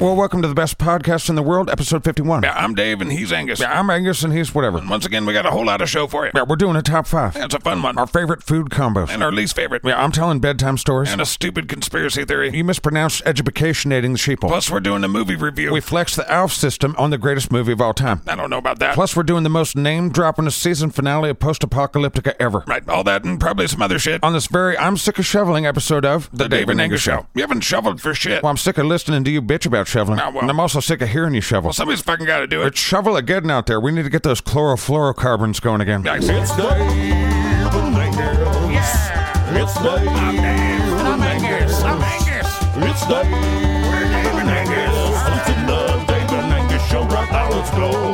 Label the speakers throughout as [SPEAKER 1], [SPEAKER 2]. [SPEAKER 1] Well, welcome to the best podcast in the world, episode 51.
[SPEAKER 2] Yeah, I'm Dave and he's Angus.
[SPEAKER 1] Yeah, I'm Angus and he's whatever.
[SPEAKER 2] And once again, we got a whole lot of show for you.
[SPEAKER 1] Yeah, we're doing a top five.
[SPEAKER 2] That's a fun one.
[SPEAKER 1] Our favorite food combos.
[SPEAKER 2] And our least favorite.
[SPEAKER 1] Yeah, I'm telling bedtime stories.
[SPEAKER 2] And a stupid conspiracy theory.
[SPEAKER 1] You mispronounced educationating the sheeple.
[SPEAKER 2] Plus, we're doing a movie review.
[SPEAKER 1] We flex the ALF system on the greatest movie of all time.
[SPEAKER 2] I don't know about that.
[SPEAKER 1] Plus, we're doing the most name dropping season finale of Post Apocalyptica ever.
[SPEAKER 2] Right, all that and probably some other shit.
[SPEAKER 1] On this very I'm Sick of Shoveling episode of
[SPEAKER 2] The Dave and Angus Show. You haven't shoveled for shit.
[SPEAKER 1] Well, I'm sick of listening to you bitch about shoveling.
[SPEAKER 2] Ah, well.
[SPEAKER 1] And I'm also sick of hearing you shovel.
[SPEAKER 2] Somebody's fucking got to do it.
[SPEAKER 1] Shovel again out there. We need to get those chlorofluorocarbons going again.
[SPEAKER 2] I see.
[SPEAKER 3] It's Dave and Angus. It's Dave and Angus. It's Dave and Angus. It's the Dave and Angus show right now. Let's go.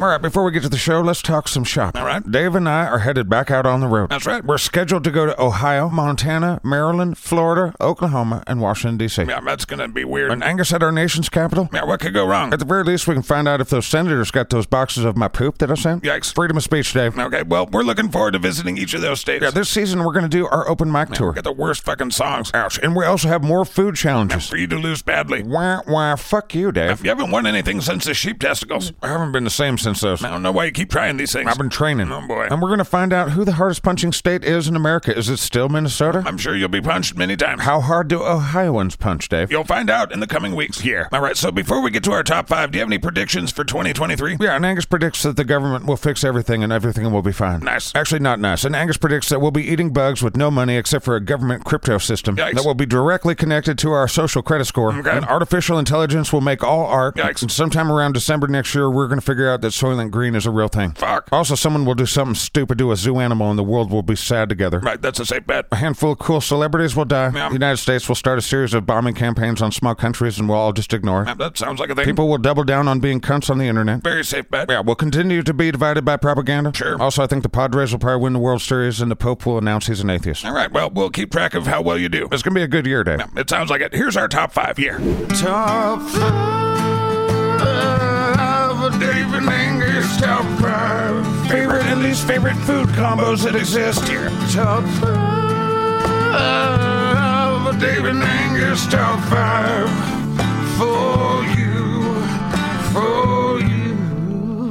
[SPEAKER 1] All right, before we get to the show, let's talk some shop.
[SPEAKER 2] All right.
[SPEAKER 1] Dave and I are headed back out on the road.
[SPEAKER 2] That's right.
[SPEAKER 1] We're scheduled to go to Ohio, Montana, Maryland, Florida, Oklahoma, and Washington, D.C.
[SPEAKER 2] Yeah, that's going to be weird.
[SPEAKER 1] And Angus at our nation's capital.
[SPEAKER 2] Yeah, what could go wrong?
[SPEAKER 1] At the very least, we can find out if those senators got those boxes of my poop that I sent.
[SPEAKER 2] Yikes.
[SPEAKER 1] Freedom of speech, Dave.
[SPEAKER 2] Okay, well, we're looking forward to visiting each of those states.
[SPEAKER 1] Yeah, this season we're going to do our open mic tour.
[SPEAKER 2] Got the worst fucking songs. Ouch.
[SPEAKER 1] And we also have more food challenges.
[SPEAKER 2] For you to lose badly.
[SPEAKER 1] Wah, wah, fuck you, Dave.
[SPEAKER 2] You haven't won anything since the sheep testicles.
[SPEAKER 1] I haven't been the same since those.
[SPEAKER 2] I don't know why you keep trying these things.
[SPEAKER 1] I've been training.
[SPEAKER 2] Oh, boy.
[SPEAKER 1] And we're going to find out who the hardest punching state is in America. Is it still Minnesota?
[SPEAKER 2] I'm sure you'll be punched many times.
[SPEAKER 1] How hard do Ohioans punch, Dave?
[SPEAKER 2] You'll find out in the coming weeks.
[SPEAKER 1] Yeah.
[SPEAKER 2] All right, so before we get to our top five, do you have any predictions for 2023?
[SPEAKER 1] Yeah, and Angus predicts that the government will fix everything and everything will be fine.
[SPEAKER 2] Nice.
[SPEAKER 1] Actually, not nice. And Angus predicts that we'll be eating bugs with no money except for a government crypto system
[SPEAKER 2] Yikes.
[SPEAKER 1] that will be directly connected to our social credit score.
[SPEAKER 2] Okay.
[SPEAKER 1] And artificial intelligence will make all art.
[SPEAKER 2] Yikes.
[SPEAKER 1] And sometime around December next year, we're going to figure out that Soylent Green is a real thing.
[SPEAKER 2] Fuck.
[SPEAKER 1] Also, someone will do something stupid to a zoo animal and the world will be sad together.
[SPEAKER 2] Right, that's a safe bet.
[SPEAKER 1] A handful of cool celebrities will die.
[SPEAKER 2] Yeah.
[SPEAKER 1] The United States will start a series of bombing campaigns on small countries and we'll all just ignore it.
[SPEAKER 2] That sounds like a thing.
[SPEAKER 1] People will double down on being cunts on the internet.
[SPEAKER 2] Very safe bet.
[SPEAKER 1] Yeah, we'll continue to be divided by propaganda.
[SPEAKER 2] Sure.
[SPEAKER 1] Also, I think the Padres will probably win the World Series and the Pope will announce he's an atheist.
[SPEAKER 2] All right, well, we'll keep track of how well you do.
[SPEAKER 1] It's going to be a good year, Dave.
[SPEAKER 2] It sounds like it. Here's our top five here.
[SPEAKER 1] Top
[SPEAKER 2] Five, Dave and Angus, top five. Favorite and least favorite food combos that exist here.
[SPEAKER 1] top
[SPEAKER 2] Five, Dave and Angus, top five. For you, for you.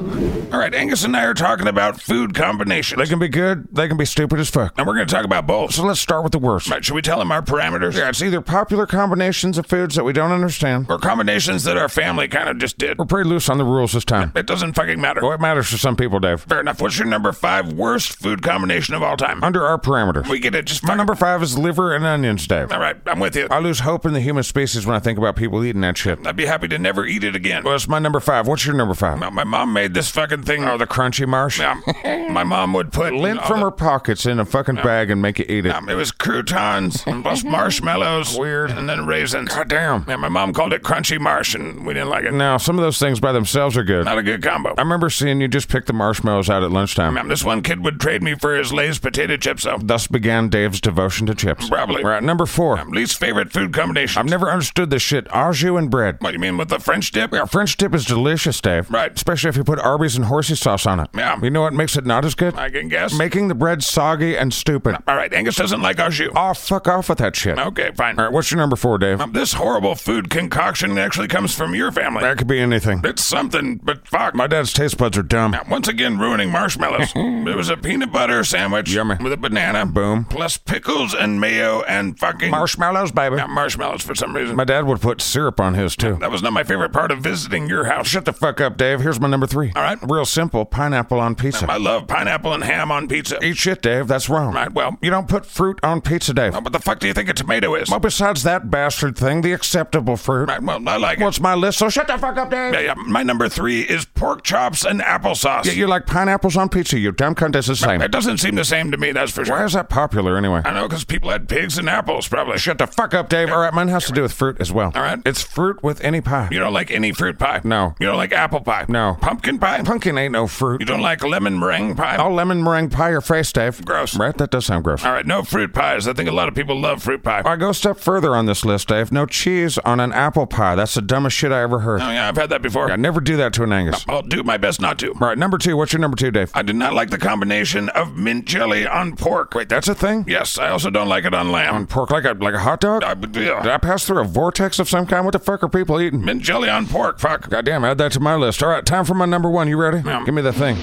[SPEAKER 2] All right, Angus and I are talking about food combinations.
[SPEAKER 1] They can be good, they can be stupid as fuck.
[SPEAKER 2] and we're going to talk about both.
[SPEAKER 1] So let's start with the worst.
[SPEAKER 2] All right, should we tell him our parameters?
[SPEAKER 1] Yeah, it's either popular combinations of foods that we don't understand.
[SPEAKER 2] Or combinations that our family kind of just did.
[SPEAKER 1] We're pretty loose on the rules this time.
[SPEAKER 2] It doesn't fucking matter.
[SPEAKER 1] What matters to some people, Dave?
[SPEAKER 2] Fair enough. What's your number five worst food combination of all time?
[SPEAKER 1] Under our parameters.
[SPEAKER 2] We get it just
[SPEAKER 1] My
[SPEAKER 2] fine.
[SPEAKER 1] number five is liver and onions, Dave.
[SPEAKER 2] All right, I'm with you.
[SPEAKER 1] I lose hope in the human species when I think about people eating that shit.
[SPEAKER 2] I'd be happy to never eat it again.
[SPEAKER 1] Well, it's my number five. What's your number five?
[SPEAKER 2] Now, my mom made this fucking thing.
[SPEAKER 1] Oh, the crunchy marsh.
[SPEAKER 2] Um, my mom would put
[SPEAKER 1] Lint
[SPEAKER 2] all
[SPEAKER 1] from
[SPEAKER 2] the-
[SPEAKER 1] her pockets in a fucking bag and make you eat it.
[SPEAKER 2] Um, it was croutons and plus marshmallows. Weird. And then raisins. God
[SPEAKER 1] damn.
[SPEAKER 2] Yeah, my mom called it crunchy marsh, and we didn't like it.
[SPEAKER 1] Now, some of those things by themselves are good. I
[SPEAKER 2] Not a good combo.
[SPEAKER 1] remember seeing you just pick the marshmallows out at lunchtime.
[SPEAKER 2] Um, this one kid would trade me for his Lay's potato chips, though.
[SPEAKER 1] Thus began Dave's devotion to chips.
[SPEAKER 2] Probably.
[SPEAKER 1] Right, number four.
[SPEAKER 2] Um, least favorite food combination.
[SPEAKER 1] I've never understood this shit. Au jus and bread.
[SPEAKER 2] What do you mean with the French dip?
[SPEAKER 1] Yeah, French dip is delicious, Dave.
[SPEAKER 2] Right.
[SPEAKER 1] Especially if you put Arby's and horsey sauce on it.
[SPEAKER 2] Yeah.
[SPEAKER 1] You know what makes it not as good?
[SPEAKER 2] I can guess.
[SPEAKER 1] Making the bread soggy and stupid.
[SPEAKER 2] All right, Angus doesn't like our shoe.
[SPEAKER 1] Oh, fuck off with that shit.
[SPEAKER 2] Okay, fine.
[SPEAKER 1] All right, what's your number four, Dave?
[SPEAKER 2] Um, this horrible food concoction actually comes from your family.
[SPEAKER 1] That could be anything.
[SPEAKER 2] It's something, but fuck.
[SPEAKER 1] My dad's taste buds are dumb.
[SPEAKER 2] Once again, ruining marshmallows. it was a peanut butter sandwich
[SPEAKER 1] Yummy.
[SPEAKER 2] with a banana,
[SPEAKER 1] Boom.
[SPEAKER 2] plus pickles and mayo and fucking
[SPEAKER 1] Marshmallows, baby.
[SPEAKER 2] Yeah, marshmallows for some reason.
[SPEAKER 1] My dad would put syrup on his, too.
[SPEAKER 2] that was not my favorite part of visiting your house.
[SPEAKER 1] Shut the fuck up, Dave. Here's my number three.
[SPEAKER 2] All right.
[SPEAKER 1] Real simple pineapple on pizza.
[SPEAKER 2] I love pineapple and ham on pizza.
[SPEAKER 1] Eat shit, Dave. That's wrong.
[SPEAKER 2] All right, well,
[SPEAKER 1] You don't put fruit on pizza, Dave.
[SPEAKER 2] what the fuck do you think a tomato is?
[SPEAKER 1] Well, besides that bastard thing, the acceptable fruit.
[SPEAKER 2] Right, well, I like it.
[SPEAKER 1] What's my list? So shut the fuck up, Dave.
[SPEAKER 2] Yeah, yeah, my number three is pork chops and applesauce.
[SPEAKER 1] Yeah, you like pineapples on pizza, you dumb cunt. It's the same.
[SPEAKER 2] It doesn't seem the same to me, that's for sure.
[SPEAKER 1] Why is that popular anyway?
[SPEAKER 2] I know, because people had pigs and apples, probably.
[SPEAKER 1] Shut the fuck up, Dave. All right, mine has to do with fruit as well.
[SPEAKER 2] All right.
[SPEAKER 1] It's fruit with any pie.
[SPEAKER 2] You don't like any fruit pie?
[SPEAKER 1] No.
[SPEAKER 2] You don't like apple pie?
[SPEAKER 1] No.
[SPEAKER 2] Pumpkin pie?
[SPEAKER 1] Pumpkin ain't no no fruit.
[SPEAKER 2] You don't like lemon meringue pie?
[SPEAKER 1] Oh, lemon meringue pie or face, Dave.
[SPEAKER 2] Gross.
[SPEAKER 1] Right? That does sound gross.
[SPEAKER 2] All right, no fruit pies. I think a lot of people love fruit pie.
[SPEAKER 1] I go a step further on this list, Dave. No cheese on an apple pie. That's the dumbest shit I ever heard.
[SPEAKER 2] Oh, yeah, I've had that before.
[SPEAKER 1] I never do that to an Angus.
[SPEAKER 2] I'll do my best not to.
[SPEAKER 1] All right, number two. What's your number two, Dave?
[SPEAKER 2] I do not like the combination of mint jelly on pork. Wait,
[SPEAKER 1] That's a thing?
[SPEAKER 2] Yes, I also don't like it on lamb.
[SPEAKER 1] Pork like a like a hot dog?
[SPEAKER 2] I, would-
[SPEAKER 1] Did
[SPEAKER 2] yeah.
[SPEAKER 1] I pass through a vortex of some kind? What the fuck are people eating?
[SPEAKER 2] Mint jelly on pork, fuck.
[SPEAKER 1] Goddamn, add that to my list. All right, time for my number one. You ready?
[SPEAKER 2] Yeah.
[SPEAKER 1] Give me the thing.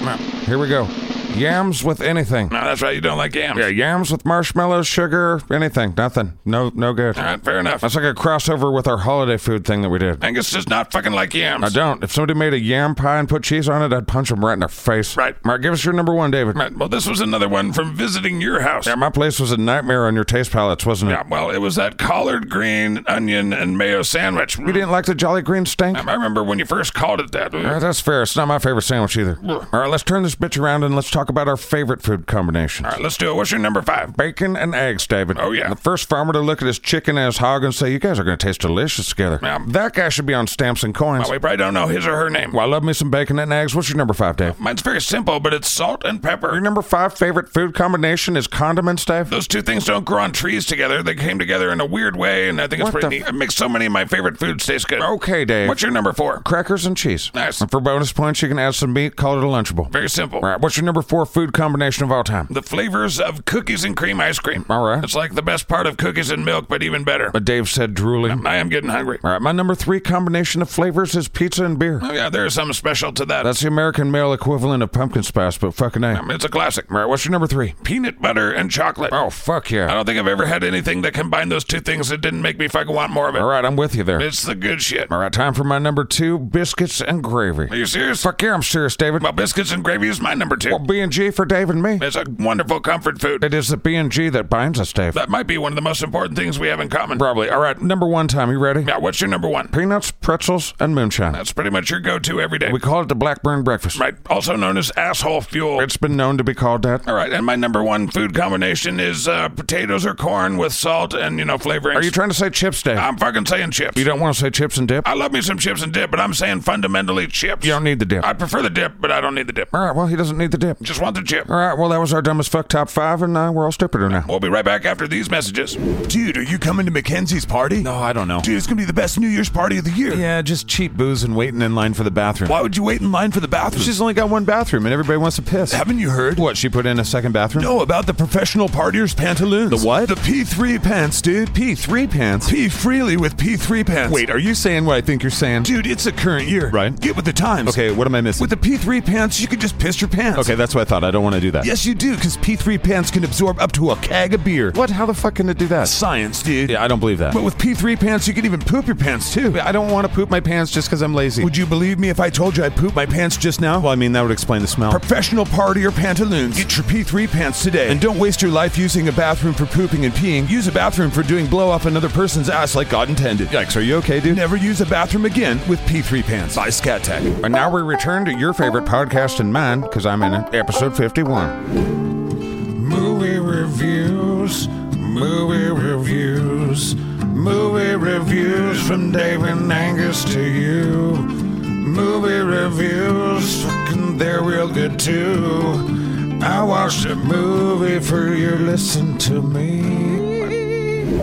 [SPEAKER 1] Here we go. Yams with anything.
[SPEAKER 2] No, that's right, you don't like yams.
[SPEAKER 1] Yeah, yams with marshmallows, sugar, anything. Nothing. No, no good.
[SPEAKER 2] All right, fair enough.
[SPEAKER 1] That's like a crossover with our holiday food thing that we did.
[SPEAKER 2] Angus does not fucking like yams.
[SPEAKER 1] I don't. If somebody made a yam pie and put cheese on it, I'd punch them right in their face.
[SPEAKER 2] Right.
[SPEAKER 1] All right, give us your number one, David.
[SPEAKER 2] Right, well, this was another one from visiting your house.
[SPEAKER 1] Yeah, my place was a nightmare on your taste palates, wasn't it?
[SPEAKER 2] Yeah, well, it was that collard green onion and mayo sandwich.
[SPEAKER 1] You didn't like the Jolly Green stink?
[SPEAKER 2] I remember when you first called it that.
[SPEAKER 1] All right, that's fair. It's not my favorite sandwich either.
[SPEAKER 2] Ugh.
[SPEAKER 1] All right, let's turn this bitch around and let's talk about our favorite food combinations.
[SPEAKER 2] All right, let's do it. What's your number five?
[SPEAKER 1] Bacon and eggs, David.
[SPEAKER 2] Oh, yeah.
[SPEAKER 1] The first farmer to look at his chicken and his hog and say, You guys are going to taste delicious together.
[SPEAKER 2] Yeah.
[SPEAKER 1] That guy should be on stamps and coins.
[SPEAKER 2] Well, we probably don't know his or her name.
[SPEAKER 1] well, I love me some bacon and eggs. What's your number five, Dave?
[SPEAKER 2] Mine's very simple, but it's salt and
[SPEAKER 1] Your
[SPEAKER 2] pepper.
[SPEAKER 1] number five favorite food combination is condiments, Dave?
[SPEAKER 2] Those two things don't grow on trees together. They came together in a weird way, and I think it's
[SPEAKER 1] What
[SPEAKER 2] pretty
[SPEAKER 1] the
[SPEAKER 2] neat. It makes so many of my favorite foods taste good.
[SPEAKER 1] Okay, Dave.
[SPEAKER 2] What's your number four?
[SPEAKER 1] Crackers and cheese.
[SPEAKER 2] Nice.
[SPEAKER 1] And for bonus points, you can add some meat, call it a Lunchable.
[SPEAKER 2] Very simple.
[SPEAKER 1] All right, what's your number four food combination of all time?
[SPEAKER 2] The flavors of cookies and cream ice cream.
[SPEAKER 1] All right.
[SPEAKER 2] It's like the best part of cookies and milk, but even better.
[SPEAKER 1] Uh, Dave said drooling.
[SPEAKER 2] I am getting hungry.
[SPEAKER 1] All right, my number three combination of flavors is pizza and beer.
[SPEAKER 2] Oh, yeah, there is something special to that.
[SPEAKER 1] That's the American male equivalent of pumpkin spice, but fucking A. All
[SPEAKER 2] Um, It's a classic.
[SPEAKER 1] right, what's your number three?
[SPEAKER 2] Peanut butter and chocolate.
[SPEAKER 1] Oh, fuck
[SPEAKER 2] I
[SPEAKER 1] yeah.
[SPEAKER 2] don't think I've ever had anything that combined those two things that didn't make me fucking want more of
[SPEAKER 1] All
[SPEAKER 2] it.
[SPEAKER 1] right, I'm with you there.
[SPEAKER 2] It's the good shit.
[SPEAKER 1] All right, time for my number two biscuits and gravy.
[SPEAKER 2] Are you serious?
[SPEAKER 1] Fuck yeah, I'm serious, David.
[SPEAKER 2] Well, biscuits and gravy is my number two.
[SPEAKER 1] Well, B&G for Dave and me.
[SPEAKER 2] It's a wonderful comfort food.
[SPEAKER 1] It is the B&G that binds us, Dave.
[SPEAKER 2] That might be one of the most important things we have in common.
[SPEAKER 1] Probably. All right, number one time. You ready?
[SPEAKER 2] Yeah, what's your number one?
[SPEAKER 1] Peanuts, pretzels, and moonshine.
[SPEAKER 2] That's pretty much your go-to every day.
[SPEAKER 1] We call it the Blackburn breakfast.
[SPEAKER 2] Right, also known as asshole fuel.
[SPEAKER 1] It's been known to be called that.
[SPEAKER 2] All right, and my number one food combination is uh, potatoes or corn with salt and, you know, flavorings.
[SPEAKER 1] Are you trying to say chips, Dave?
[SPEAKER 2] I'm fucking saying chips.
[SPEAKER 1] you don't want to say chips and dip?
[SPEAKER 2] I love me some chips and dip, but I'm saying fundamentally chips.
[SPEAKER 1] you don't need the dip.
[SPEAKER 2] I prefer the dip, but I don't need the dip.
[SPEAKER 1] all right, well, he doesn't need the dip.
[SPEAKER 2] Just want the chip.
[SPEAKER 1] All right, well, that was our dumbest fuck top five, and uh, we're all stupider now.
[SPEAKER 2] We'll be right back after these messages.
[SPEAKER 4] Dude, are you coming to Mackenzie's party?
[SPEAKER 5] No, I don't know.
[SPEAKER 4] Dude, it's gonna be the best New Year's party of the year.
[SPEAKER 5] Yeah, just cheap booze and waiting in line for the bathroom.
[SPEAKER 4] Why would you wait in line for the bathroom?
[SPEAKER 5] She's only got one bathroom and everybody wants to piss.
[SPEAKER 4] Haven't you heard?
[SPEAKER 5] What, she put in a second bathroom?
[SPEAKER 4] No, about the professional partiers pantaloons.
[SPEAKER 5] The what?
[SPEAKER 4] The P3 pants, dude.
[SPEAKER 5] P3 pants.
[SPEAKER 4] Pee freely with P3 pants.
[SPEAKER 5] Wait, are you saying what I think you're saying?
[SPEAKER 4] Dude, it's the current year.
[SPEAKER 5] Right.
[SPEAKER 4] Get with the times.
[SPEAKER 5] Okay, what am I missing?
[SPEAKER 4] With the P3 pants, you could just piss your pants.
[SPEAKER 5] okay, that's what I thought. I don't want to do that.
[SPEAKER 4] Yes, you do, because P3 pants can absorb up to a keg of beer.
[SPEAKER 5] What? How the fuck can it do that?
[SPEAKER 4] Science, dude.
[SPEAKER 5] Yeah, I don't believe that.
[SPEAKER 4] But with P3 pants, you can even poop your pants, too.
[SPEAKER 5] I don't want to poop my pants just because I'm lazy.
[SPEAKER 4] Would you believe me if I told you I pooped my pants just now?
[SPEAKER 5] well, I mean, that would explain the smell.
[SPEAKER 4] Professional party or pantaloons. Get your P3 pants today. And don't waste your life using a bathroom for pooping and peeing. Use a bathroom for doing blow off another person's ass like God intended.
[SPEAKER 5] Yikes, are you okay, dude?
[SPEAKER 4] Never use a bathroom again with P3 pants. By Scat Tech.
[SPEAKER 1] And now we return to your favorite podcast and mine, because I'm in it, episode 51.
[SPEAKER 2] Movie reviews, movie reviews, movie reviews from Dave and Angus to you. Movie reviews, fucking they're real good too. I watched a movie for you, listen to me.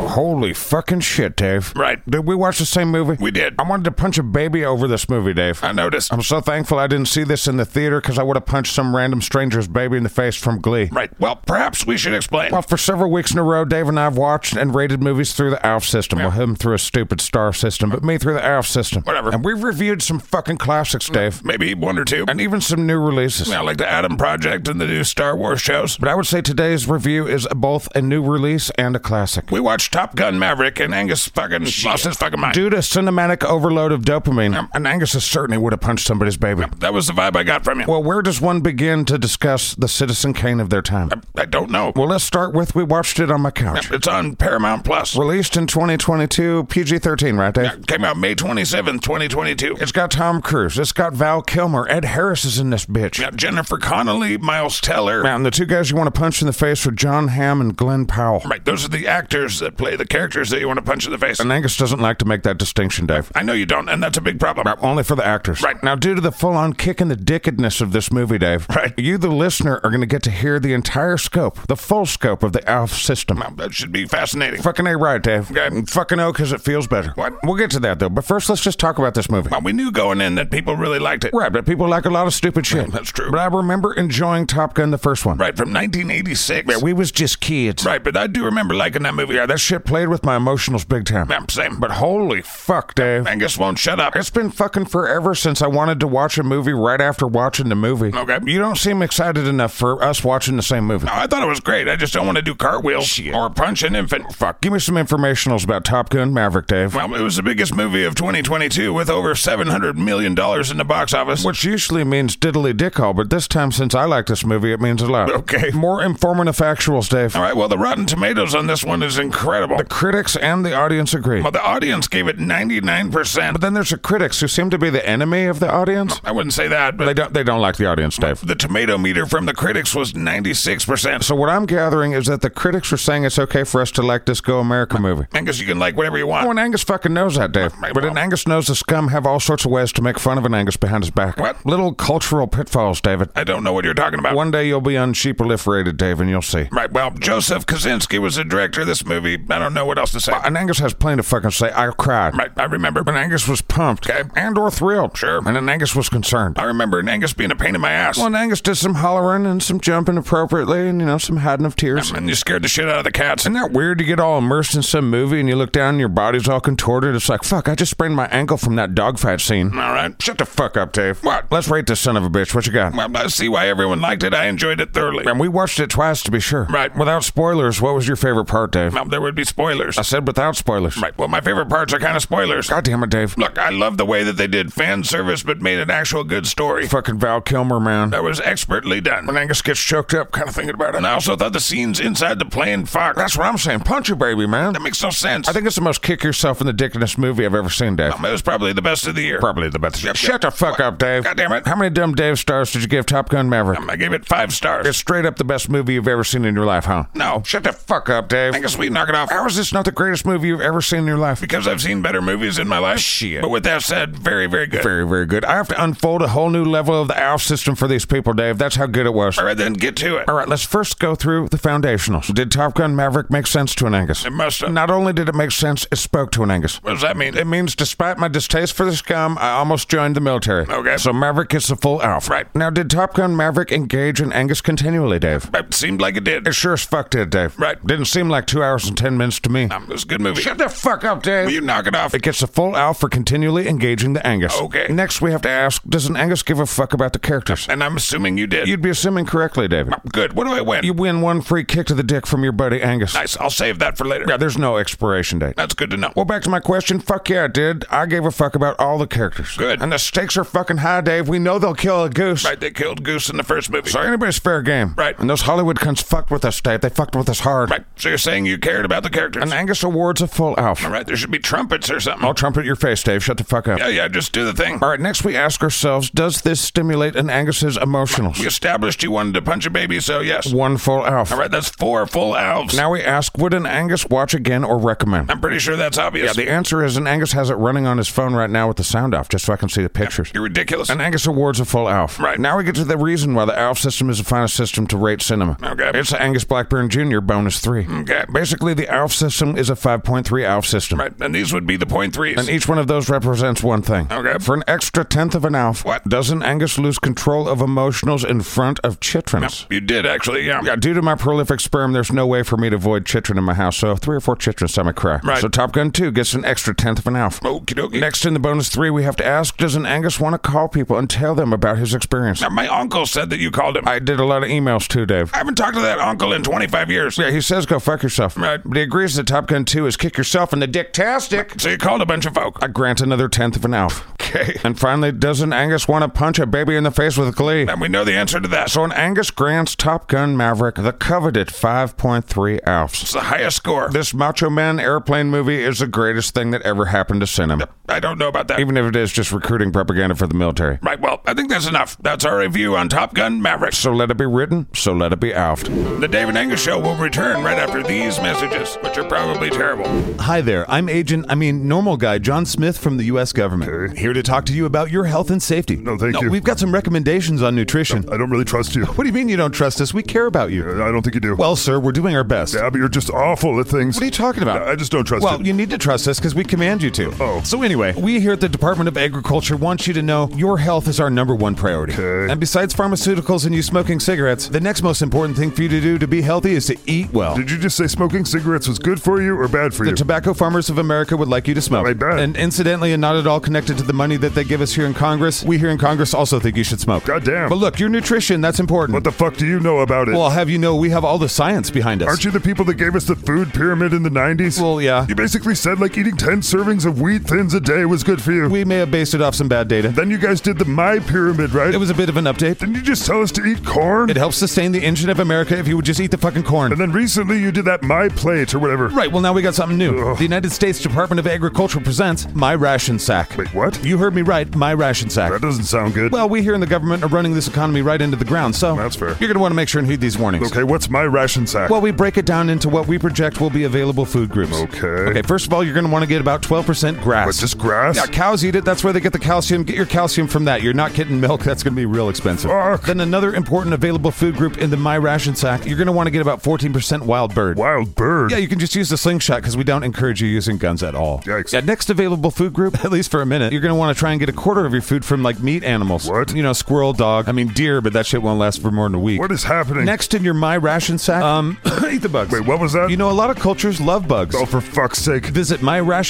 [SPEAKER 1] Holy fucking shit, Dave.
[SPEAKER 2] Right.
[SPEAKER 1] Did we watch the same movie?
[SPEAKER 2] We did.
[SPEAKER 1] I wanted to punch a baby over this movie, Dave.
[SPEAKER 2] I noticed.
[SPEAKER 1] I'm so thankful I didn't see this in the theater because I would have punched some random stranger's baby in the face from Glee.
[SPEAKER 2] Right. Well, perhaps we should explain.
[SPEAKER 1] Well, for several weeks in a row, Dave and I have watched and rated movies through the ALF system. Well, him through a stupid star system, but me through the ALF system.
[SPEAKER 2] Whatever.
[SPEAKER 1] And we've reviewed some fucking classics, Dave,
[SPEAKER 2] Maybe one or two.
[SPEAKER 1] and even some new releases.
[SPEAKER 2] Yeah, like the Adam Project and the new Star Wars shows.
[SPEAKER 1] But I would say today's review is both a new release and a classic.
[SPEAKER 2] We watched Top Gun Maverick, and Angus fucking lost his fucking mind.
[SPEAKER 1] Due to cinematic overload of dopamine, and Angus is certain he would have punched somebody's baby.
[SPEAKER 2] That was the vibe I got from him.
[SPEAKER 1] Well, where does one begin to discuss the Citizen Kane of their time?
[SPEAKER 2] I don't know.
[SPEAKER 1] Well, let's start with we watched it on my couch.
[SPEAKER 2] It's on Paramount Plus.
[SPEAKER 1] Released in 2022, PG 13, right, Dave?
[SPEAKER 2] Came out May 27th, 2022.
[SPEAKER 1] It's got Tom Cruise. It's got Val Kilmer. Ed Harris is in this bitch.
[SPEAKER 2] Yeah, Jennifer Connelly, Miles Teller.
[SPEAKER 1] Man, the two guys you want to punch in the face are John Hamm and Glenn Powell.
[SPEAKER 2] Right, those are the actors that that play the characters that you want to punch in the face.
[SPEAKER 1] And Angus doesn't like to make that distinction, Dave.
[SPEAKER 2] I know you don't, and that's a big problem.
[SPEAKER 1] Only for the actors.
[SPEAKER 2] Right.
[SPEAKER 1] Now, due to the full on kick in the dickedness of this movie, Dave,
[SPEAKER 2] Right.
[SPEAKER 1] you, the listener, are going to get to hear the entire scope, the full scope of the ALF system.
[SPEAKER 2] That should be fascinating.
[SPEAKER 1] Fucking A right, Dave.
[SPEAKER 2] Okay.
[SPEAKER 1] Fucking O, because it feels better.
[SPEAKER 2] What?
[SPEAKER 1] We'll get to that, though. But first, let's just talk about this movie.
[SPEAKER 2] Well, we knew going in that people really liked it.
[SPEAKER 1] Right, but people like a lot of stupid shit.
[SPEAKER 2] That's true.
[SPEAKER 1] But I remember enjoying Top Gun, the first one.
[SPEAKER 2] Right, from 1986.
[SPEAKER 1] We was just kids.
[SPEAKER 2] right, but I do remember liking that movie. Yeah,
[SPEAKER 1] That
[SPEAKER 2] that's
[SPEAKER 1] shit played with my emotionals big time.
[SPEAKER 2] yeah, same.
[SPEAKER 1] But holy fuck, Dave.
[SPEAKER 2] Angus won't shut up.
[SPEAKER 1] It's been fucking forever since I wanted to watch a movie right after watching the movie.
[SPEAKER 2] Okay.
[SPEAKER 1] You don't seem excited enough for us watching the same movie.
[SPEAKER 2] No, I thought it was great. I just don't want to do cartwheels or punch an infant. Fuck.
[SPEAKER 1] Give me some informationals about Top Gun Maverick, Dave.
[SPEAKER 2] Well, it was the biggest movie of 2022 with over $700 million in the box office.
[SPEAKER 1] Which usually means diddly dickhole, but this time since I like this movie, it means a lot.
[SPEAKER 2] Okay.
[SPEAKER 1] More informative factuals, Dave.
[SPEAKER 2] All right, well, the Rotten Tomatoes on this one is incredible.
[SPEAKER 1] The critics and the audience agree.
[SPEAKER 2] Well, the audience gave it 99%.
[SPEAKER 1] But then there's the critics who seem to be the enemy of the audience.
[SPEAKER 2] I wouldn't say that,
[SPEAKER 1] They
[SPEAKER 2] but
[SPEAKER 1] don't they don't like the audience, Dave.
[SPEAKER 2] the tomato meter from the critics was 96%.
[SPEAKER 1] So what I'm gathering is that the critics are saying it's okay for us to like this Go America movie.
[SPEAKER 2] Angus, you can like whatever you
[SPEAKER 1] Oh,
[SPEAKER 2] want.
[SPEAKER 1] and Angus fucking knows that, Dave.
[SPEAKER 2] Right,
[SPEAKER 1] but
[SPEAKER 2] well-
[SPEAKER 1] an Angus knows the scum have all sorts of ways to make fun of an Angus behind his back.
[SPEAKER 2] What?
[SPEAKER 1] Little cultural pitfalls, David.
[SPEAKER 2] I don't know what you're talking about.
[SPEAKER 1] One day you'll be unsheepoliferated, Dave, and you'll see.
[SPEAKER 2] Right, well, Joseph Kaczynski was the director of this movie. I don't know what else to say.
[SPEAKER 1] And Angus has plenty to fucking say. I cried.
[SPEAKER 2] Right, I remember.
[SPEAKER 1] And Angus was pumped.
[SPEAKER 2] Okay.
[SPEAKER 1] And or thrilled.
[SPEAKER 2] Sure.
[SPEAKER 1] And an Angus was concerned.
[SPEAKER 2] I remember an Angus being a pain in my ass.
[SPEAKER 1] Well, and Angus did some hollering and some jumping appropriately and, you know, some hiding of tears.
[SPEAKER 2] and you scared the shit out of the cats.
[SPEAKER 1] Isn't that weird to get all immersed in some movie and you look down and your body's all contorted? It's like, fuck, I just sprained my ankle from that dogfight scene.
[SPEAKER 2] All right.
[SPEAKER 1] Shut the fuck up, Dave.
[SPEAKER 2] What?
[SPEAKER 1] Let's rate this son of a bitch. What you got?
[SPEAKER 2] Well, I see why everyone liked it. I enjoyed it thoroughly.
[SPEAKER 1] And we watched it twice to be sure.
[SPEAKER 2] Right.
[SPEAKER 1] Without spoilers, what was your favorite part, Dave?
[SPEAKER 2] Well, there would be spoilers.
[SPEAKER 1] I said without spoilers.
[SPEAKER 2] Right. Well, my favorite parts are kind of spoilers.
[SPEAKER 1] God damn it, Dave.
[SPEAKER 2] Look, I love the way that they did fan service but made an actual good story.
[SPEAKER 1] Fucking Val Kilmer, man.
[SPEAKER 2] That was expertly done. When Angus gets choked up, kind of thinking about it. And I also thought the scenes inside the plane, fuck, that's
[SPEAKER 1] That's what I'm saying. Punch your baby, man.
[SPEAKER 2] that makes no sense.
[SPEAKER 1] I think it's the most kick yourself in the dickness movie I've ever seen, Dave.
[SPEAKER 2] Um, it was probably the best of the year.
[SPEAKER 1] Probably the best.
[SPEAKER 2] Yep,
[SPEAKER 1] Shut
[SPEAKER 2] yep.
[SPEAKER 1] the fuck
[SPEAKER 2] What?
[SPEAKER 1] up, Dave.
[SPEAKER 2] God damn it.
[SPEAKER 1] How many dumb Dave stars did you give Top Gun Maverick?
[SPEAKER 2] Um, I gave it five stars.
[SPEAKER 1] It's straight up the best movie you've ever seen in your life, huh?
[SPEAKER 2] no, shut the fuck.
[SPEAKER 1] Fuck up, Dave.
[SPEAKER 2] Angus, we knock it off.
[SPEAKER 1] How is this not the greatest movie you've ever seen in your life?
[SPEAKER 2] Because I've seen better movies in my life.
[SPEAKER 1] Shit.
[SPEAKER 2] But with that said, very, very good.
[SPEAKER 1] Very, very good. I have to unfold a whole new level of the ALF system for these people, Dave. That's how good it was.
[SPEAKER 2] All right, then get to it.
[SPEAKER 1] All right, let's first go through the foundationals. Did Top Gun Maverick make sense to an Angus?
[SPEAKER 2] It must have.
[SPEAKER 1] Not only did it make sense, it spoke to an Angus.
[SPEAKER 2] What does that mean?
[SPEAKER 1] It means despite my distaste for the scum, I almost joined the military.
[SPEAKER 2] Okay.
[SPEAKER 1] So Maverick gets a full ALF.
[SPEAKER 2] Right.
[SPEAKER 1] Now, did Top Gun Maverick engage an Angus continually, Dave?
[SPEAKER 2] It seemed like it did.
[SPEAKER 1] It sure as fuck did, Dave.
[SPEAKER 2] Right.
[SPEAKER 1] Didn't seem like two hours and ten minutes to me.
[SPEAKER 2] Um, it was a good movie.
[SPEAKER 1] Shut the fuck up, Dave.
[SPEAKER 2] Will you knock it off?
[SPEAKER 1] It gets a full out for continually engaging the Angus.
[SPEAKER 2] Okay.
[SPEAKER 1] Next, we have to ask Does an Angus give a fuck about the characters?
[SPEAKER 2] And I'm assuming you did.
[SPEAKER 1] You'd be assuming correctly, David.
[SPEAKER 2] good. What do I win?
[SPEAKER 1] You win one free kick to the dick from your buddy Angus.
[SPEAKER 2] nice. I'll save that for later.
[SPEAKER 1] Yeah, there's no expiration date.
[SPEAKER 2] That's good to know.
[SPEAKER 1] Well, back to my question. Fuck yeah, I did. I gave a fuck about all the characters.
[SPEAKER 2] Good.
[SPEAKER 1] And the stakes are fucking high, Dave. We know they'll kill a goose.
[SPEAKER 2] Right, they killed Goose in the first movie.
[SPEAKER 1] So anybody's fair game.
[SPEAKER 2] Right.
[SPEAKER 1] And those Hollywood cunts fucked with us, Dave. They fucked with us hard.
[SPEAKER 2] Right. So you're saying you cared about the characters?
[SPEAKER 1] And Angus awards a full alpha.
[SPEAKER 2] All right, there should be trumpets or something.
[SPEAKER 1] I'll trumpet your face, Dave. Shut the fuck up.
[SPEAKER 2] Yeah, yeah, just do the thing.
[SPEAKER 1] All right, next we ask ourselves, does this stimulate an Angus's
[SPEAKER 2] We
[SPEAKER 1] emotionals?
[SPEAKER 2] established you wanted to punch a baby, so yes.
[SPEAKER 1] One full alf.
[SPEAKER 2] All right, that's four full elves.
[SPEAKER 1] Now we ask, would an Angus watch again or recommend?
[SPEAKER 2] I'm pretty sure that's obvious.
[SPEAKER 1] The answer is an Angus has it running on his phone right now with the sound off, just so I can see the pictures.
[SPEAKER 2] You're ridiculous.
[SPEAKER 1] An Angus awards a full alf.
[SPEAKER 2] Right.
[SPEAKER 1] Now we get to the reason why the alf system is the finest system to rate cinema.
[SPEAKER 2] Okay.
[SPEAKER 1] It's the Angus Blackburn Jr. bonus three.
[SPEAKER 2] okay.
[SPEAKER 1] Basically, the alf system is a 5.3 alf system.
[SPEAKER 2] Right, and these would be the point threes.
[SPEAKER 1] And each one of those represents one thing.
[SPEAKER 2] Okay.
[SPEAKER 1] For an extra tenth of an alf,
[SPEAKER 2] What?
[SPEAKER 1] doesn't Angus lose control of emotionals in front of chitrons?
[SPEAKER 2] you did, actually, yeah.
[SPEAKER 1] Yeah, due to my prolific sperm, there's no way for me to avoid chitrin in my house, so three or four chitrins time I cry.
[SPEAKER 2] Right.
[SPEAKER 1] So Top Gun 2 gets an extra tenth of an alf.
[SPEAKER 2] Okie dokie.
[SPEAKER 1] Next in the bonus three, we have to ask, does an Angus want to call people and tell them about his experience?
[SPEAKER 2] Now, my uncle said that you called him. I,
[SPEAKER 1] I did a lot of emails too, Dave.
[SPEAKER 2] haven't talked to that uncle in 25 years.
[SPEAKER 1] Yeah, he says go fuck yourself.
[SPEAKER 2] Right.
[SPEAKER 1] But he agrees that Top Gun 2 is kick yourself in the dicktastic.
[SPEAKER 2] So you called a bunch of folk.
[SPEAKER 1] I grant another tenth of an alf.
[SPEAKER 2] Okay.
[SPEAKER 1] And finally, doesn't Angus want to punch a baby in the face with glee?
[SPEAKER 2] And we know the answer to that. So
[SPEAKER 1] So in Angus Grant's Top Gun Maverick, the coveted 5.3 Alfs.
[SPEAKER 2] it's the highest score.
[SPEAKER 1] This Macho Man airplane movie is the greatest thing that ever happened to cinema,
[SPEAKER 2] I don't know about that.
[SPEAKER 1] even if it is just recruiting propaganda for the military.
[SPEAKER 2] Right, well, I think that's enough. That's our review on Top Gun Maverick.
[SPEAKER 1] So let it be written, so let it be Alfed.
[SPEAKER 2] The David Angus Show will return right after these messages, which are probably terrible.
[SPEAKER 5] Hi there. I'm Agent, I mean, normal guy, John Smith from the U.S. government. Here to talk to you about your health and safety.
[SPEAKER 6] No, thank you.
[SPEAKER 5] We've got some recommendations on nutrition.
[SPEAKER 6] I don't really trust you.
[SPEAKER 5] What do you mean you don't trust us? We care about you.
[SPEAKER 6] I don't think you do.
[SPEAKER 5] Well, sir, we're doing our best.
[SPEAKER 6] yeah, but you're just awful at things.
[SPEAKER 5] What are you talking about?
[SPEAKER 6] I just don't trust
[SPEAKER 5] Well,
[SPEAKER 6] it.
[SPEAKER 5] you need to trust us because we command you to.
[SPEAKER 6] Oh.
[SPEAKER 5] So anyway, we here at the Department of Agriculture want you to know your health is our number one priority.
[SPEAKER 6] Okay.
[SPEAKER 5] And besides pharmaceuticals and you smoking cigarettes, the next most important thing for you to do to be healthy is to eat well.
[SPEAKER 6] Did you just say smoking cigarettes was good for you or bad for
[SPEAKER 5] the
[SPEAKER 6] you?
[SPEAKER 5] tobacco farmers of America would like you to smoke.
[SPEAKER 6] I bet.
[SPEAKER 5] And incidentally, and not at all connected to the money that they give us here in Congress, we here in Congress also think you should smoke.
[SPEAKER 6] God damn.
[SPEAKER 5] But look, your nutrition, that's important.
[SPEAKER 6] what the fuck do you know about it?
[SPEAKER 5] well, I'll have you know we have all the science behind us.
[SPEAKER 6] Aren't you the people that gave us the food pyramid in the 90s?
[SPEAKER 5] Well, yeah.
[SPEAKER 6] You basically said like eating 10 servings of wheat thins a day was good for you.
[SPEAKER 5] We may have based it off some bad data.
[SPEAKER 6] then you guys did the My Pyramid, right?
[SPEAKER 5] It was a bit of an update.
[SPEAKER 6] Didn't you just tell us to eat corn?
[SPEAKER 5] It helps sustain the engine of America if you would just eat the fucking corn.
[SPEAKER 6] and then recently you did that My Plate or whatever.
[SPEAKER 5] Right, well, now we got something new.
[SPEAKER 6] Ugh.
[SPEAKER 5] The United States Department of Agriculture presents My Ration Sack.
[SPEAKER 6] Wait, what?
[SPEAKER 5] You heard me right, My Ration Sack.
[SPEAKER 6] That doesn't sound good.
[SPEAKER 5] Well, we here in the government are running this economy right into the ground, so.
[SPEAKER 6] That's fair.
[SPEAKER 5] You're going to want to make sure and heed these warnings.
[SPEAKER 6] okay, what's my ration sack?
[SPEAKER 5] Well, we break it down into what we project will be available food groups.
[SPEAKER 6] Okay.
[SPEAKER 5] Okay, first of all, you're going to want to get about 12% grass.
[SPEAKER 6] What, just grass?
[SPEAKER 5] Yeah, cows eat it. That's where they get the calcium. Get your calcium from that. You're not getting milk. That's going to be real expensive.
[SPEAKER 6] Fuck.
[SPEAKER 5] Then another important available food group in the My Ration Sack, you're going to want to get about 14% wild bird.
[SPEAKER 6] Wild bird.
[SPEAKER 5] Yeah, you can just use the slingshot because we don't encourage you using guns at all.
[SPEAKER 6] Yikes.
[SPEAKER 5] Yeah, next available food group, at least for a minute, you're going to want to try and get a quarter of your food from like meat animals.
[SPEAKER 6] What?
[SPEAKER 5] You know, squirrel, dog. I mean, deer, but that shit won't last for more than a week.
[SPEAKER 6] What is happening?
[SPEAKER 5] Next in your My Ration Sack, um, eat the bugs.
[SPEAKER 6] Wait, what was that?
[SPEAKER 5] You know, a lot of cultures love bugs.
[SPEAKER 6] oh, for fuck's sake.
[SPEAKER 5] Visit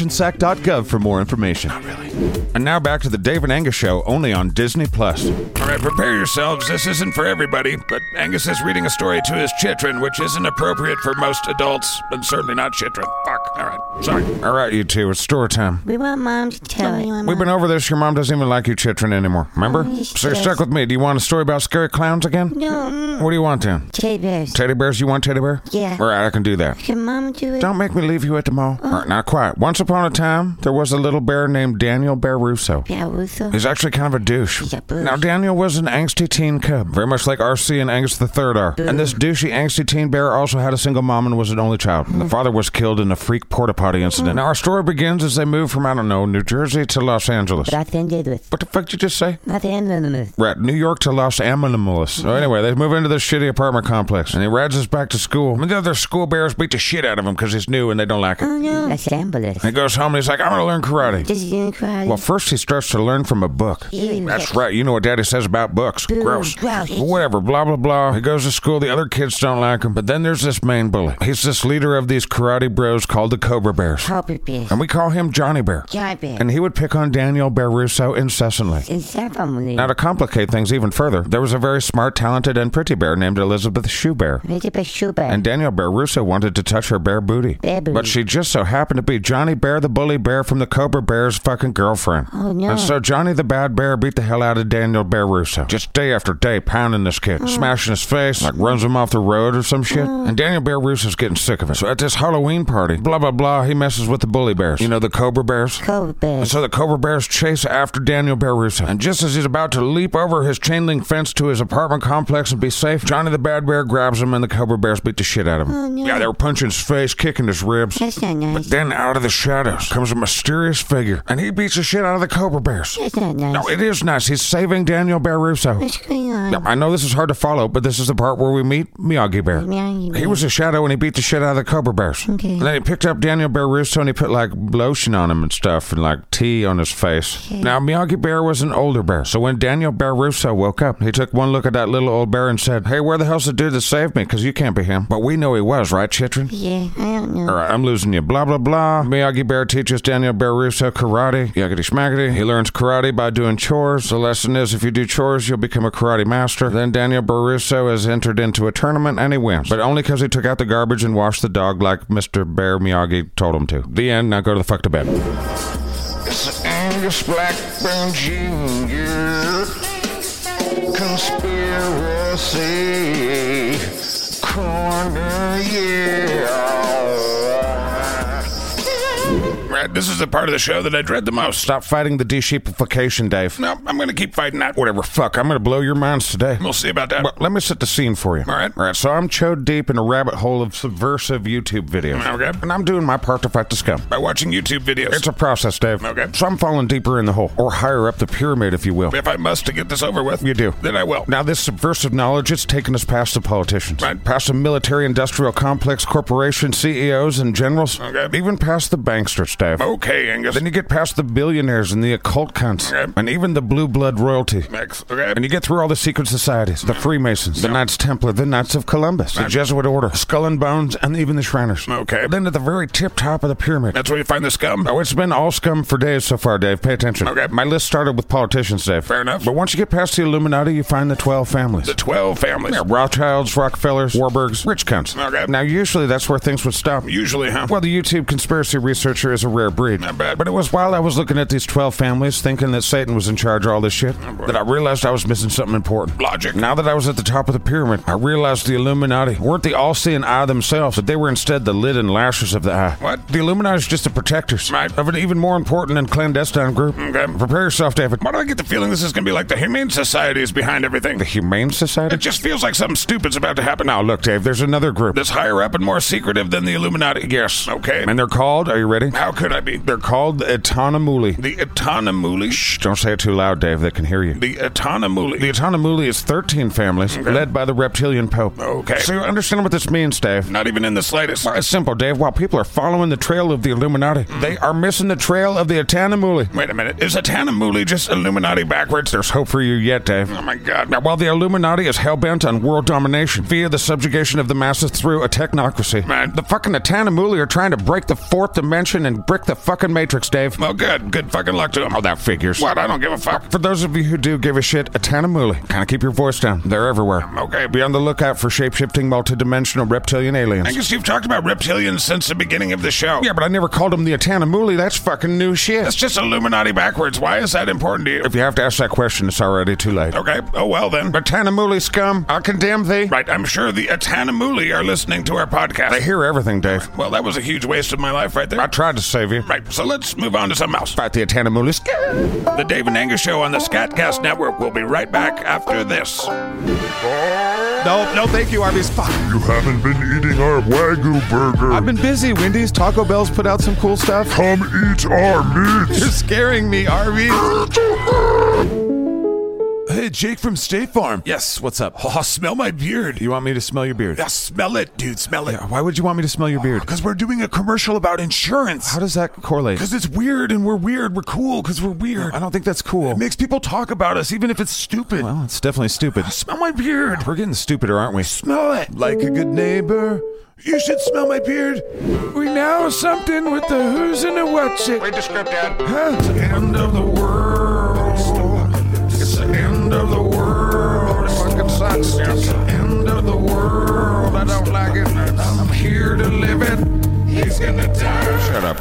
[SPEAKER 5] myrationsack.gov for more information. Not really. And now back to the Dave and Angus show, only on Disney Plus.
[SPEAKER 2] All right, prepare yourselves. This isn't for everybody, but Angus is reading a story to his chitrin, which isn't appropriate for most adults, and certainly not chitrin. Fuck. All right, sorry.
[SPEAKER 1] All right, you two, it's story time.
[SPEAKER 7] We want mom to tell it.
[SPEAKER 1] We've been over this. Your mom doesn't even like you, Chitrin, anymore. Remember? So you're stuck with me. Do you want a story about scary clowns again?
[SPEAKER 7] No,
[SPEAKER 1] What do you want then?
[SPEAKER 7] teddy bears.
[SPEAKER 1] Teddy bears? You want teddy bear?
[SPEAKER 7] Yeah.
[SPEAKER 1] All right, I can do that.
[SPEAKER 7] Can mom do it?
[SPEAKER 1] Don't make me leave you at the mall. All right, now quiet. Once upon a time, there was a little bear named Daniel Bear Russo.
[SPEAKER 7] Yeah, Russo.
[SPEAKER 1] He's actually kind of a douche.
[SPEAKER 7] He's a boosh.
[SPEAKER 1] Now, Daniel was an angsty teen cub, very much like RC and Angus the Third are. And this douchey angsty teen bear also had a single mom and was an only child. The father was killed in a freak porta potty incident. Now, our story begins as they move from, I don't know, New Jersey to Los Angeles.
[SPEAKER 7] That's ended with.
[SPEAKER 1] What the fuck did you just say?
[SPEAKER 7] Nothing ended with.
[SPEAKER 1] Right, New York to Los Animales. So anyway, they move into this shitty apartment complex, and he rides us back to school. And the other school bears beat the shit out of him because he's new and they don't like it.
[SPEAKER 7] Oh no. That's ambulance.
[SPEAKER 1] He goes home and he's like, I'm gonna learn karate.
[SPEAKER 7] Just you cry.
[SPEAKER 1] Well, first he starts to learn from a book.
[SPEAKER 7] Ew.
[SPEAKER 1] That's right. You know what Daddy says about books.
[SPEAKER 7] Boo,
[SPEAKER 1] Gross.
[SPEAKER 7] gross.
[SPEAKER 1] Whatever. Blah blah blah. He goes to school. The other kids don't like him. But then there's this main bully. He's this leader of these karate bros called the Cobra Bears,
[SPEAKER 7] Copper bears.
[SPEAKER 1] and we call him Johnny Bear.
[SPEAKER 7] Johnny Bear.
[SPEAKER 1] Um, And he would pick on Daniel Beruso incessantly.
[SPEAKER 7] In ceremony.
[SPEAKER 1] Now, to complicate things even further, there was a very smart, talented, and pretty bear named Elizabeth Shoe Bear.
[SPEAKER 7] Vegetable sugar.
[SPEAKER 1] And Daniel Bear Russo wanted to touch her bear booty.
[SPEAKER 7] Bear booty.
[SPEAKER 1] But she just so happened to be Johnny Bear, the bully bear from the Cobra Bear's fucking girlfriend.
[SPEAKER 7] Oh, no.
[SPEAKER 1] And so Johnny the bad bear beat the hell out of Daniel Bear Russo. Just day after day, pounding this
[SPEAKER 7] Oh.
[SPEAKER 1] kid, smashing his face, like runs him off the road or some shit. And Daniel Bear Russo's getting sick of it. So at this Halloween party, blah, blah, blah, he messes with the bully bears. You know, the Cobra Bears?
[SPEAKER 7] Copper
[SPEAKER 1] And
[SPEAKER 7] bears.
[SPEAKER 1] so the Cobra Bears chase after Daniel Beruso. And just as he's about to leap over his chain link fence to his apartment complex and be safe, Johnny the Bad Bear grabs him and the Cobra Bears beat the shit out of him.
[SPEAKER 7] Oh.
[SPEAKER 1] Yeah, they were punching his face, kicking his ribs.
[SPEAKER 7] That's not
[SPEAKER 1] But
[SPEAKER 7] nice.
[SPEAKER 1] then out of the shadows comes a mysterious figure, and he beats the shit out of the Cobra Bears.
[SPEAKER 7] That's not nice.
[SPEAKER 1] No, it is nice. He's saving Daniel Beruso.
[SPEAKER 7] What's going on?
[SPEAKER 1] Now, I know this is hard to follow, but this is the part where we meet Miyagi Bear.
[SPEAKER 7] Miyagi
[SPEAKER 1] He
[SPEAKER 7] Bear.
[SPEAKER 1] was a shadow and he beat the shit out of the Cobra Bears.
[SPEAKER 7] Okay.
[SPEAKER 1] And then he picked up Daniel Bear Russo and he put like lotion on him and stuff and like tea on his face. Now, Miyagi Bear was an older bear. So when Daniel Bear Russo woke up, he took one look at that little old bear and said, Hey, where the hell's the dude that saved me? Because you can't be him. But we know he was, right, Chitrin?
[SPEAKER 7] Yeah, I don't know.
[SPEAKER 1] All right, I'm losing you. Blah, blah, blah. Miyagi Bear teaches Daniel Bear Russo karate. Yakety schmackety. He learns karate by doing chores. The lesson is if you do chores, you'll become a karate master. Then Daniel Bear Russo is entered into a tournament and he wins. But only because he took out the garbage and washed the dog like Mr. Bear Miyagi told him to. The end. Now go to the fuck to bed.
[SPEAKER 2] It's the end Angus Blackburn Jr. Conspiracy Corner, yeah. Right, this is the part of the show that I dread the most.
[SPEAKER 1] Stop fighting the de-sheepification, Dave.
[SPEAKER 2] No, I'm gonna keep fighting that.
[SPEAKER 1] Whatever, fuck. I'm gonna blow your minds today.
[SPEAKER 2] We'll see about that.
[SPEAKER 1] Well, let me set the scene for you.
[SPEAKER 2] All right.
[SPEAKER 1] All right. So I'm chode deep in a rabbit hole of subversive YouTube videos.
[SPEAKER 2] Okay.
[SPEAKER 1] And I'm doing my part to fight the scum.
[SPEAKER 2] By watching YouTube videos.
[SPEAKER 1] It's a process, Dave.
[SPEAKER 2] Okay.
[SPEAKER 1] So I'm falling deeper in the hole, or higher up the pyramid, if you will.
[SPEAKER 2] if I must to get this over with,
[SPEAKER 1] You do.
[SPEAKER 2] Then I will.
[SPEAKER 1] Now, this subversive knowledge, it's taken us past the politicians,
[SPEAKER 2] Right.
[SPEAKER 1] past the military industrial complex corporation CEOs and generals,
[SPEAKER 2] Okay. Oh.
[SPEAKER 1] even past the banksters, Dave.
[SPEAKER 2] Okay, Angus.
[SPEAKER 1] Then you get past the billionaires and the occult cunts,
[SPEAKER 2] Okay.
[SPEAKER 1] and even the blue blood royalty.
[SPEAKER 2] Max, okay.
[SPEAKER 1] And you get through all the secret societies, the Freemasons, the Knights Templar, the Knights of Columbus, the Jesuit Order, Skull and Bones, and even the Shriners.
[SPEAKER 2] Okay.
[SPEAKER 1] Then at the very tip top of the pyramid.
[SPEAKER 2] That's where you find the scum.
[SPEAKER 1] Oh, it's been all scum for days so far, Dave. Pay attention.
[SPEAKER 2] Okay.
[SPEAKER 1] My list started with politicians, Dave.
[SPEAKER 2] Fair enough.
[SPEAKER 1] But once you get past the Illuminati, you find the 12 families.
[SPEAKER 2] The 12 families.
[SPEAKER 1] Yeah, Rothschilds, Rockefellers, Warburgs, rich cunts.
[SPEAKER 2] Okay.
[SPEAKER 1] Now, usually that's where things would stop.
[SPEAKER 2] Usually, huh?
[SPEAKER 1] Well, the YouTube conspiracy researcher is a rare breed.
[SPEAKER 2] Not bad.
[SPEAKER 1] But it was while I was looking at these 12 families, thinking that Satan was in charge of all this shit, that I realized I was missing something important.
[SPEAKER 2] Oh, Logic.
[SPEAKER 1] Now that I was at the top of the pyramid, I realized the Illuminati weren't the all seeing eye themselves, but they were instead the lid and lashes of the eye.
[SPEAKER 2] What?
[SPEAKER 1] The Illuminati is just the protectors
[SPEAKER 2] Right.
[SPEAKER 1] of an even more important and clandestine group.
[SPEAKER 2] Okay.
[SPEAKER 1] Prepare yourself, David.
[SPEAKER 2] Why do I get the feeling this is going to be like the Humane Society is behind everything?
[SPEAKER 1] The Humane Society?
[SPEAKER 2] It just feels like something stupid's about to happen.
[SPEAKER 1] Now, look, Dave, there's another group.
[SPEAKER 2] That's higher up and more secretive than the Illuminati. Yes. Okay.
[SPEAKER 1] And they're called, are you ready?
[SPEAKER 2] How could I be? They're
[SPEAKER 1] They're called the Etanamuli.
[SPEAKER 2] the Atanamuli. Shh.
[SPEAKER 1] Don't say it too loud, Dave. They can hear you.
[SPEAKER 2] The Atanamuli.
[SPEAKER 1] The Atanamuli is 13 families, led by the reptilian pope.
[SPEAKER 2] Okay.
[SPEAKER 1] So you understand what this means, Dave?
[SPEAKER 2] Not even in the slightest.
[SPEAKER 1] Well, it's simple, Dave. While people are following the trail of the Illuminati, they are missing the trail of the Atanamuli.
[SPEAKER 2] Wait a minute. Is Atanamuli just Illuminati backwards? There's hope.
[SPEAKER 1] Hope for you yet, Dave.
[SPEAKER 2] Oh my God.
[SPEAKER 1] Now,
[SPEAKER 2] Now,
[SPEAKER 1] while the Illuminati is hell-bent on world domination via the subjugation of the masses through a technocracy,
[SPEAKER 2] Man.
[SPEAKER 1] the fucking Atanamuli are trying to break the fourth dimension and brick the fucking matrix, Dave.
[SPEAKER 2] well, oh, good. Good fucking luck to him. Oh, that
[SPEAKER 1] figures.
[SPEAKER 2] What? I don't give a fuck.
[SPEAKER 1] For those of you who do give a shit, Atanamuli, kind of keep your voice down. They're everywhere.
[SPEAKER 2] Okay.
[SPEAKER 1] Be on the lookout for shape-shifting, multidimensional reptilian aliens.
[SPEAKER 2] I guess you've talked about reptilians since the beginning of the show.
[SPEAKER 1] Yeah, but I never called him the Atanamuli. That's fucking new shit.
[SPEAKER 2] That's just Illuminati backwards. Why is that important to you?
[SPEAKER 1] if you have to ask that question, it's already too late.
[SPEAKER 2] Okay. Oh, well then.
[SPEAKER 1] Atanamuli scum, I condemn thee.
[SPEAKER 2] Right, I'm sure the Atanamuli are listening to our podcast.
[SPEAKER 1] I hear everything, Dave.
[SPEAKER 2] Well, that was a huge waste of my life right there.
[SPEAKER 1] I tried to save you.
[SPEAKER 2] Right, so let's move on to something else.
[SPEAKER 1] Fight the Atanamuli scum.
[SPEAKER 2] The Dave and Angus Show on the Scatcast Network will be right back after this.
[SPEAKER 4] No, no, thank you, Arby's. Fuck.
[SPEAKER 6] You haven't been eating our Wagyu burger. Oh.
[SPEAKER 4] I've been busy. Wendy's, Taco Bell's put out some cool stuff.
[SPEAKER 6] Come eat our meats.
[SPEAKER 4] You're scaring me, Arby's. Hey, Jake from State Farm.
[SPEAKER 2] Yes, what's up? Oh, smell my beard.
[SPEAKER 4] You want me to smell your beard?
[SPEAKER 2] Yeah, smell it, dude, smell it.
[SPEAKER 4] Why would you want me to smell your beard?
[SPEAKER 2] Because we're doing a commercial about insurance.
[SPEAKER 4] How does that correlate?
[SPEAKER 2] Because it's weird and we're weird. We're cool because we're weird.
[SPEAKER 4] I don't think that's cool.
[SPEAKER 2] It makes people talk about us, even if it's stupid.
[SPEAKER 4] Well, it's definitely stupid.
[SPEAKER 2] Smell my beard.
[SPEAKER 4] We're getting stupider, aren't we?
[SPEAKER 2] Smell it.
[SPEAKER 4] Like a good neighbor.
[SPEAKER 2] You should smell my beard. We now something with the who's and the what's it. Wait the script out. It's the end of the world. It's the end of the world. It fucking sucks. It's the end of the world. I don't like it. I'm here to live it. He's gonna die.
[SPEAKER 1] Shut up.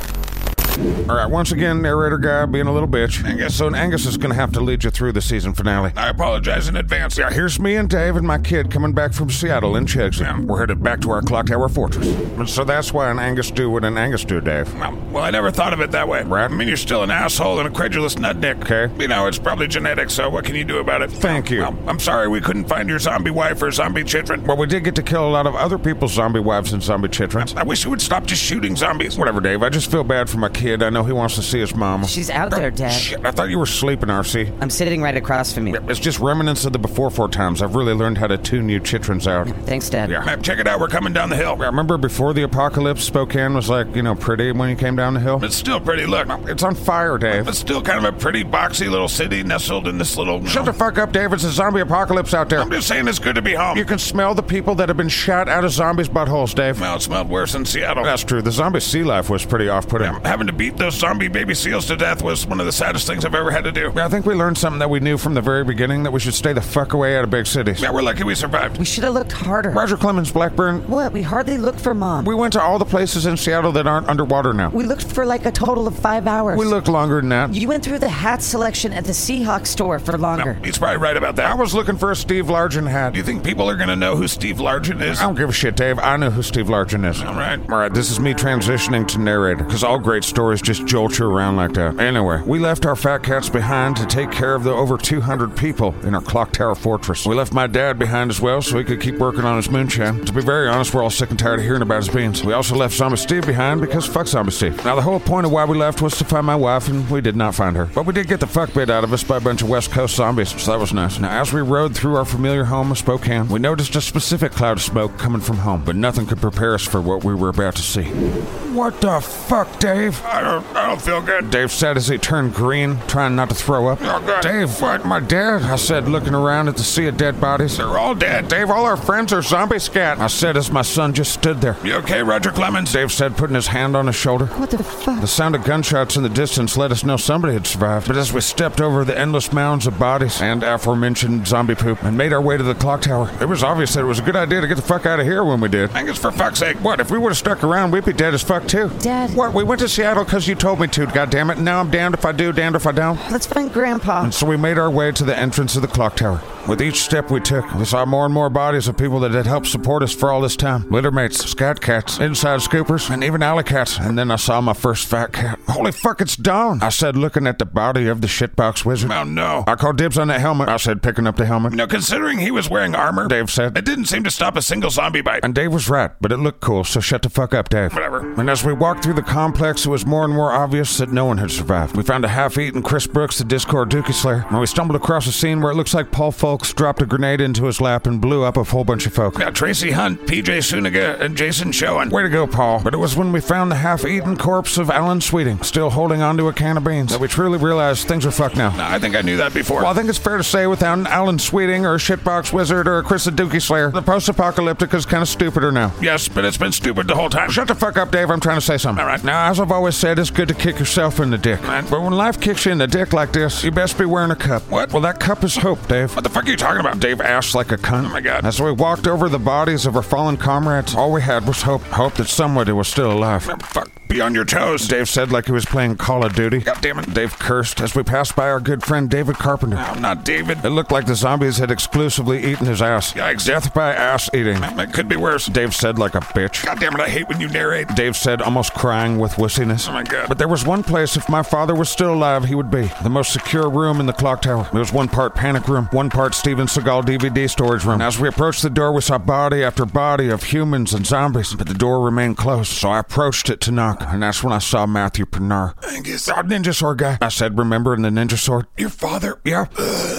[SPEAKER 1] All right, once again, narrator guy being a little bitch. Angus. So Angus is going to have to lead you through the season finale.
[SPEAKER 2] I apologize in advance. Yeah, here.
[SPEAKER 1] Here's me and Dave and my kid coming back from Seattle in Cheggs. We're headed back to our clock tower fortress. And so that's why an Angus do what an Angus do, Dave.
[SPEAKER 2] Well, well, I never thought of it that way.
[SPEAKER 1] Right.
[SPEAKER 2] I mean, you're still an asshole and a credulous nutnik.
[SPEAKER 1] Okay.
[SPEAKER 2] You know, it's probably genetic, so what can you do about it?
[SPEAKER 1] Thank you.
[SPEAKER 2] Well, I'm sorry we couldn't find your zombie wife or zombie children.
[SPEAKER 1] Well, we did get to kill a lot of other people's zombie wives and zombie chitrons.
[SPEAKER 2] I wish you would stop just shooting zombies.
[SPEAKER 1] Whatever, Dave. I just feel bad for my kid. I know he wants to see his mom.
[SPEAKER 8] She's out there, Dad.
[SPEAKER 1] Shit, I thought you were sleeping, RC.
[SPEAKER 8] I'm sitting right across from you.
[SPEAKER 1] It's just remnants of the before four times. I've really learned how to tune you chitrons out.
[SPEAKER 8] Thanks, Dad.
[SPEAKER 1] Yeah.
[SPEAKER 2] Map, check it out. We're coming down the hill.
[SPEAKER 1] I remember before the apocalypse, Spokane was like, you know, pretty when you came down the hill.
[SPEAKER 2] It's still pretty. Look,
[SPEAKER 1] It's on fire, Dave.
[SPEAKER 2] it's still kind of a pretty boxy little city nestled in this little.
[SPEAKER 1] Shut the fuck up, Dave. It's a zombie apocalypse out there.
[SPEAKER 2] I'm just saying it's good to be
[SPEAKER 1] You
[SPEAKER 2] home.
[SPEAKER 1] can smell the people that have been shot out of zombies' buttholes, Dave.
[SPEAKER 2] Well, it smelled worse in Seattle.
[SPEAKER 1] That's true. The zombie sea life was pretty off putting.
[SPEAKER 2] Having to beat those zombie baby seals to death was one of the saddest things I've ever had to do.
[SPEAKER 1] I think we learned something that we knew from the very beginning that we should stay the fuck away out of big cities.
[SPEAKER 2] Yeah, we're lucky we survived.
[SPEAKER 8] We should have looked harder.
[SPEAKER 1] Roger Clemens Blackburn,
[SPEAKER 8] What? We hardly looked for mom.
[SPEAKER 1] we went to all the places in Seattle that aren't underwater now.
[SPEAKER 8] We looked for like a total of five hours.
[SPEAKER 1] We looked longer than that.
[SPEAKER 8] You went through the hat selection at the Seahawks store for longer.
[SPEAKER 2] He's probably right about that.
[SPEAKER 1] I was looking for a Steve Largent hat.
[SPEAKER 2] Do you think people are gonna know who Steve Largent is?
[SPEAKER 1] I don't give a shit, Dave. I know who Steve Largent is.
[SPEAKER 2] All right.
[SPEAKER 1] All right, this is me transitioning to narrator, because all great stories just jolt you around like that. Anyway, we left our fat cats behind to take care of the over 200 people in our clock tower fortress. We left my dad behind as well so he could keep working on his moonshine. To be very honest, we're all sick and tired of hearing about his beans. We also left Zombie Steve behind because fuck Zombie Steve. Now, the whole point of why we left was to find my wife, and we did not find her. But we did get the fuck bit out of us by a bunch of West Coast zombies, so that was nice. Now, as we rode through our familiar home of Spokane, we noticed a specific cloud of smoke coming from home, but nothing could prepare us for what we were about to see. What the fuck, Dave?
[SPEAKER 2] I don't. I don't feel good.
[SPEAKER 1] Dave said as he turned green, trying not to throw up.
[SPEAKER 2] Oh, God.
[SPEAKER 1] Dave, what? My dad? I said, looking around at the sea of dead bodies.
[SPEAKER 2] They're all dead.
[SPEAKER 1] Dave, all our friends are zombie scat. I said as my son just stood there.
[SPEAKER 2] You okay, Roger Clemens?
[SPEAKER 1] Dave said, putting his hand on his shoulder.
[SPEAKER 7] What the fuck?
[SPEAKER 1] The sound of gunshots in the distance let us know somebody had survived. But as we stepped over the endless mounds of bodies and aforementioned zombie poop and made our way to the clock tower, it was obvious that it was a good idea to get the fuck out of here when we did.
[SPEAKER 2] Angus, for fuck's sake, what?
[SPEAKER 1] What, if we would have stuck around, we'd be dead as fuck, too.
[SPEAKER 7] Dad.
[SPEAKER 1] What, we went to Seattle because you told me to, goddammit. and Now I'm damned if I do, damned if I don't.
[SPEAKER 8] Let's find Grandpa.
[SPEAKER 1] And so we made our way to the entrance of the clock tower. With each step we took, we saw more and more bodies of people that had helped support us for all this time. Littermates, scat cats, inside scoopers, and even alley cats. And then I saw my first fat cat. Holy fuck, it's Dawn! I said, looking at the body of the shitbox wizard.
[SPEAKER 2] Oh no.
[SPEAKER 1] I called dibs on that helmet. I said, picking up the helmet.
[SPEAKER 2] Now, considering he was wearing armor,
[SPEAKER 1] Dave said.
[SPEAKER 2] it didn't seem to stop a single zombie bite.
[SPEAKER 1] And Dave was right, but it looked cool, so shut the fuck up, Dave.
[SPEAKER 2] Whatever.
[SPEAKER 1] And as we walked through the complex, it was more and more obvious that no one had survived. We found a half-eaten Chris Brooks, the Discord Dookie Slayer, and we stumbled across a scene where it looks like Paul Folks dropped a grenade into his lap and blew up a whole bunch of folk.
[SPEAKER 2] Now, Tracy Hunt, PJ Suniga, and Jason Showen.
[SPEAKER 1] Way to go, Paul. But it was when we found the half-eaten corpse of Alan Sweeting, still holding onto a can of beans, that we truly realized things are fucked now.
[SPEAKER 2] I think I knew that before.
[SPEAKER 1] Well, I think it's fair to say without an Alan Sweeting or a shitbox wizard or a Chris the Dookie Slayer, the post-apocalyptic is kind of stupider now.
[SPEAKER 2] yes, but it's been stupid the whole time.
[SPEAKER 1] Shut the fuck up, Dave. I'm trying to say something.
[SPEAKER 2] All right.
[SPEAKER 1] Now, as I've always said, it's good to kick yourself in the dick.
[SPEAKER 2] Right.
[SPEAKER 1] But when life kicks you in the dick like this, you best be wearing a cup.
[SPEAKER 2] What?
[SPEAKER 1] Well, that cup is hope, Dave.
[SPEAKER 2] What the fuck are you talking about, Dave?
[SPEAKER 1] Dave asked like a cunt.
[SPEAKER 2] Oh my God.
[SPEAKER 1] As we walked over the bodies of our fallen comrades, all we had was hope. Hope that somebody was still alive.
[SPEAKER 2] Fuck, be on your toes.
[SPEAKER 1] Dave said like he was playing Call of Duty.
[SPEAKER 2] God damn it.
[SPEAKER 1] Dave cursed as we passed by our good friend David Carpenter.
[SPEAKER 2] No, not David.
[SPEAKER 1] It looked like the zombies had exclusively eaten his ass.
[SPEAKER 2] Yikes.
[SPEAKER 1] Death by ass eating.
[SPEAKER 2] It could be worse.
[SPEAKER 1] Dave said like a bitch.
[SPEAKER 2] God damn it, I hate when you narrate.
[SPEAKER 1] Dave said, almost crying with wussiness.
[SPEAKER 2] Oh my God.
[SPEAKER 1] But there was one place, if my father was still alive, he would be. The most secure room in the clock tower. There was one part panic room, one part Steven Seagal DVD storage room. And as we approached the door, we saw body after body of humans and zombies. But the door remained closed, so I approached it to knock. And that's when I saw Matthew Pernar.
[SPEAKER 2] Angus,
[SPEAKER 1] Our ninja sword guy. I said, remembering the ninja sword.
[SPEAKER 2] your father.
[SPEAKER 1] Yeah.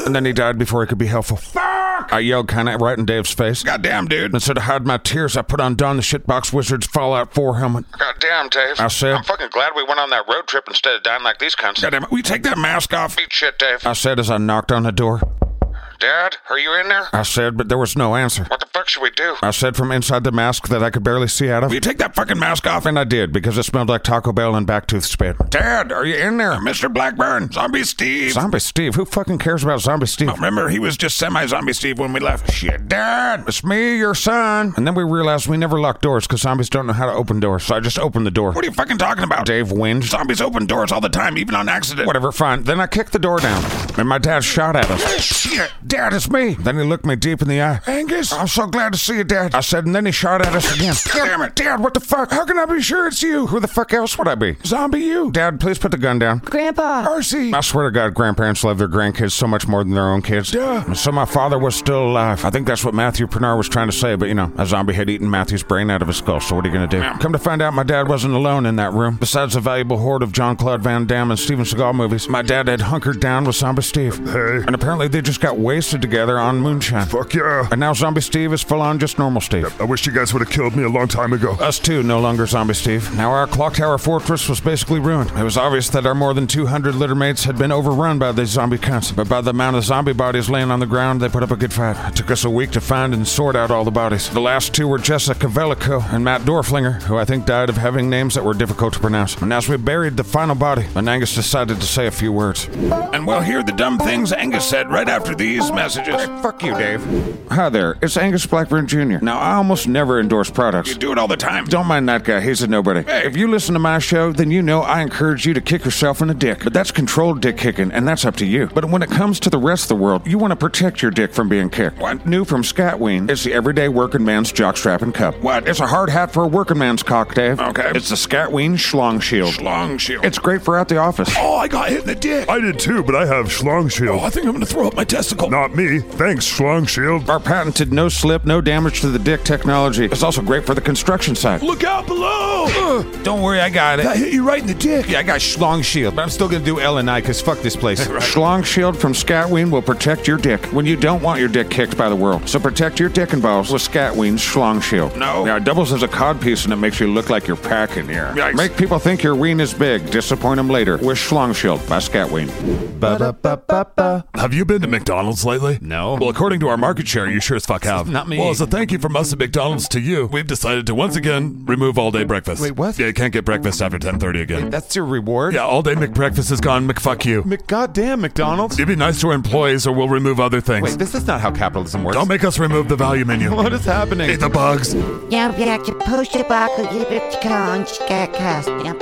[SPEAKER 1] and then he died before he could be helpful.
[SPEAKER 2] Fuck!
[SPEAKER 1] I yelled kind of right in Dave's face.
[SPEAKER 2] God damn, dude.
[SPEAKER 1] Instead of hiding my tears, I put on Don the Shitbox Wizard's Fallout 4 helmet.
[SPEAKER 5] God damn, Dave.
[SPEAKER 1] I said-
[SPEAKER 5] I'm fucking glad we went on that road trip instead of dying like these cunts.
[SPEAKER 2] God damn it, will you take that mask off?
[SPEAKER 5] Eat shit, Dave.
[SPEAKER 2] Uh,
[SPEAKER 1] I said as I knocked on the door.
[SPEAKER 5] Dad, are you in there?
[SPEAKER 1] I said, but there was no answer.
[SPEAKER 5] What the fuck should we do?
[SPEAKER 1] I said from inside the mask that I could barely see out of.
[SPEAKER 2] Will you take that fucking mask off?
[SPEAKER 1] And I did, because it smelled like Taco Bell and backtooth spit.
[SPEAKER 2] Dad, are you in there? Mr. Blackburn, Zombie Steve.
[SPEAKER 1] Zombie Steve? Who fucking cares about Zombie Steve?
[SPEAKER 2] Remember, he was just semi Zombie Steve when we left. Shit, Dad.
[SPEAKER 1] It's me, your son. And then we realized we never lock doors because zombies don't know how to open doors, so I just opened the door.
[SPEAKER 2] What are you fucking talking about?
[SPEAKER 1] Dave whinged.
[SPEAKER 2] Zombies open doors all the time, even on accident.
[SPEAKER 1] Whatever, fine. Then I kicked the door down, and my dad shot at us.
[SPEAKER 2] Shit.
[SPEAKER 1] Dad, it's me. Then he looked me deep in the eye. Angus, I'm so glad to see you, Dad. I said, and then he shot at us again.
[SPEAKER 2] Damn it.
[SPEAKER 1] Dad, what the fuck? How can I be sure it's you? Who the fuck else would I be? Zombie you. Dad, please put the gun down.
[SPEAKER 7] Grandpa.
[SPEAKER 1] Mercy. I swear to God, grandparents love their grandkids so much more than their own kids.
[SPEAKER 2] Duh.
[SPEAKER 1] And so my father was still alive. I think that's what Matthew Pernar was trying to say, but you know, a zombie had eaten Matthew's brain out of his skull, so what are you going to do? Come to find out, my dad wasn't alone in that room. Besides a valuable hoard of John Claude Van Damme and Steven Seagal movies, my dad had hunkered down with Zombie
[SPEAKER 5] Zombie Steve.
[SPEAKER 9] Hey.
[SPEAKER 5] And apparently they just got wasted together on moonshine.
[SPEAKER 9] Fuck yeah.
[SPEAKER 5] And now Zombie Steve is full on just normal Steve.
[SPEAKER 9] I wish you guys would have killed me a long time ago.
[SPEAKER 5] Us too, no longer Zombie Steve. Now our clock tower fortress was basically ruined. It was obvious that our more than 200 littermates had been overrun by these zombie cunts. But by the amount of zombie bodies laying on the ground, they put up a good fight. It took us a week to find and sort out all the bodies. The last two were Jessica Velico and Matt Dorflinger, who I think died of having names that were difficult to pronounce. And as we buried the final body, Anangus decided to say a few words.
[SPEAKER 2] And we'll hear the dumb things Angus said right after these messages.
[SPEAKER 5] Fuck you, Dave. Hi there, it's Angus Blackburn Jr. Now, I almost never endorse products.
[SPEAKER 2] You do it all the time.
[SPEAKER 5] Don't mind that guy. He's a nobody.
[SPEAKER 2] Hey.
[SPEAKER 5] If you listen to my show, then you know I encourage you to kick yourself in the dick. But that's controlled dick kicking, and that's up to you. But when it comes to the rest of the world, you want to protect your dick from being kicked. What? New from Scatween, it's the everyday working man's jockstrap and cup. What? It's a hard hat for a working man's cock, Dave.
[SPEAKER 2] Okay.
[SPEAKER 5] It's the Scatween Schlong Shield.
[SPEAKER 2] Long shield.
[SPEAKER 5] It's great for out the office.
[SPEAKER 2] oh, I got hit in the dick.
[SPEAKER 9] I did too, but I have Schlong
[SPEAKER 2] Oh,
[SPEAKER 9] Shield.
[SPEAKER 2] I think I'm gonna throw up my testicle.
[SPEAKER 9] Not me. Thanks, Schlong Shield.
[SPEAKER 5] Our patented no slip, no damage to the dick technology is also great for the construction site.
[SPEAKER 2] Look out below. Ugh.
[SPEAKER 5] Don't worry, I got it.
[SPEAKER 2] I hit you right in the dick.
[SPEAKER 1] Yeah, I got Schlong Shield, but I'm still gonna do L and I because fuck this place.
[SPEAKER 5] Schlong Shield from Scatween will protect your dick when you don't want your dick kicked by the world. So protect your dick and balls with Scatween's Schlong Shield.
[SPEAKER 2] No.
[SPEAKER 5] Now, it doubles as a codpiece and it makes you look like you're packing here.
[SPEAKER 2] Yikes.
[SPEAKER 5] Make people think your ween is big. Disappoint them later with Schlong Shield by Scatween.
[SPEAKER 1] Ba-da-ba-ba-ba.
[SPEAKER 6] Have you been to McDonald's lately?
[SPEAKER 1] No.
[SPEAKER 6] Well, according to our market share, you sure as fuck have.
[SPEAKER 1] not me.
[SPEAKER 6] Well, as a thank you from us at McDonald's to you, we've decided to once again remove all-day breakfast.
[SPEAKER 1] Wait, what?
[SPEAKER 6] Yeah, you can't get breakfast after 10.30 again.
[SPEAKER 1] That's your reward.
[SPEAKER 6] Yeah, all-day McBreakfast is gone. McFuck you.
[SPEAKER 1] Mc- Goddamn McDonald's.
[SPEAKER 6] It'd be nice to our employees or we'll remove other things.
[SPEAKER 1] Wait, this is not how capitalism works.
[SPEAKER 6] Don't make us remove the value menu.
[SPEAKER 1] what is happening?
[SPEAKER 6] Eat the bugs.
[SPEAKER 7] Я, блядь, пусть баку, ебать, кончка, кастня,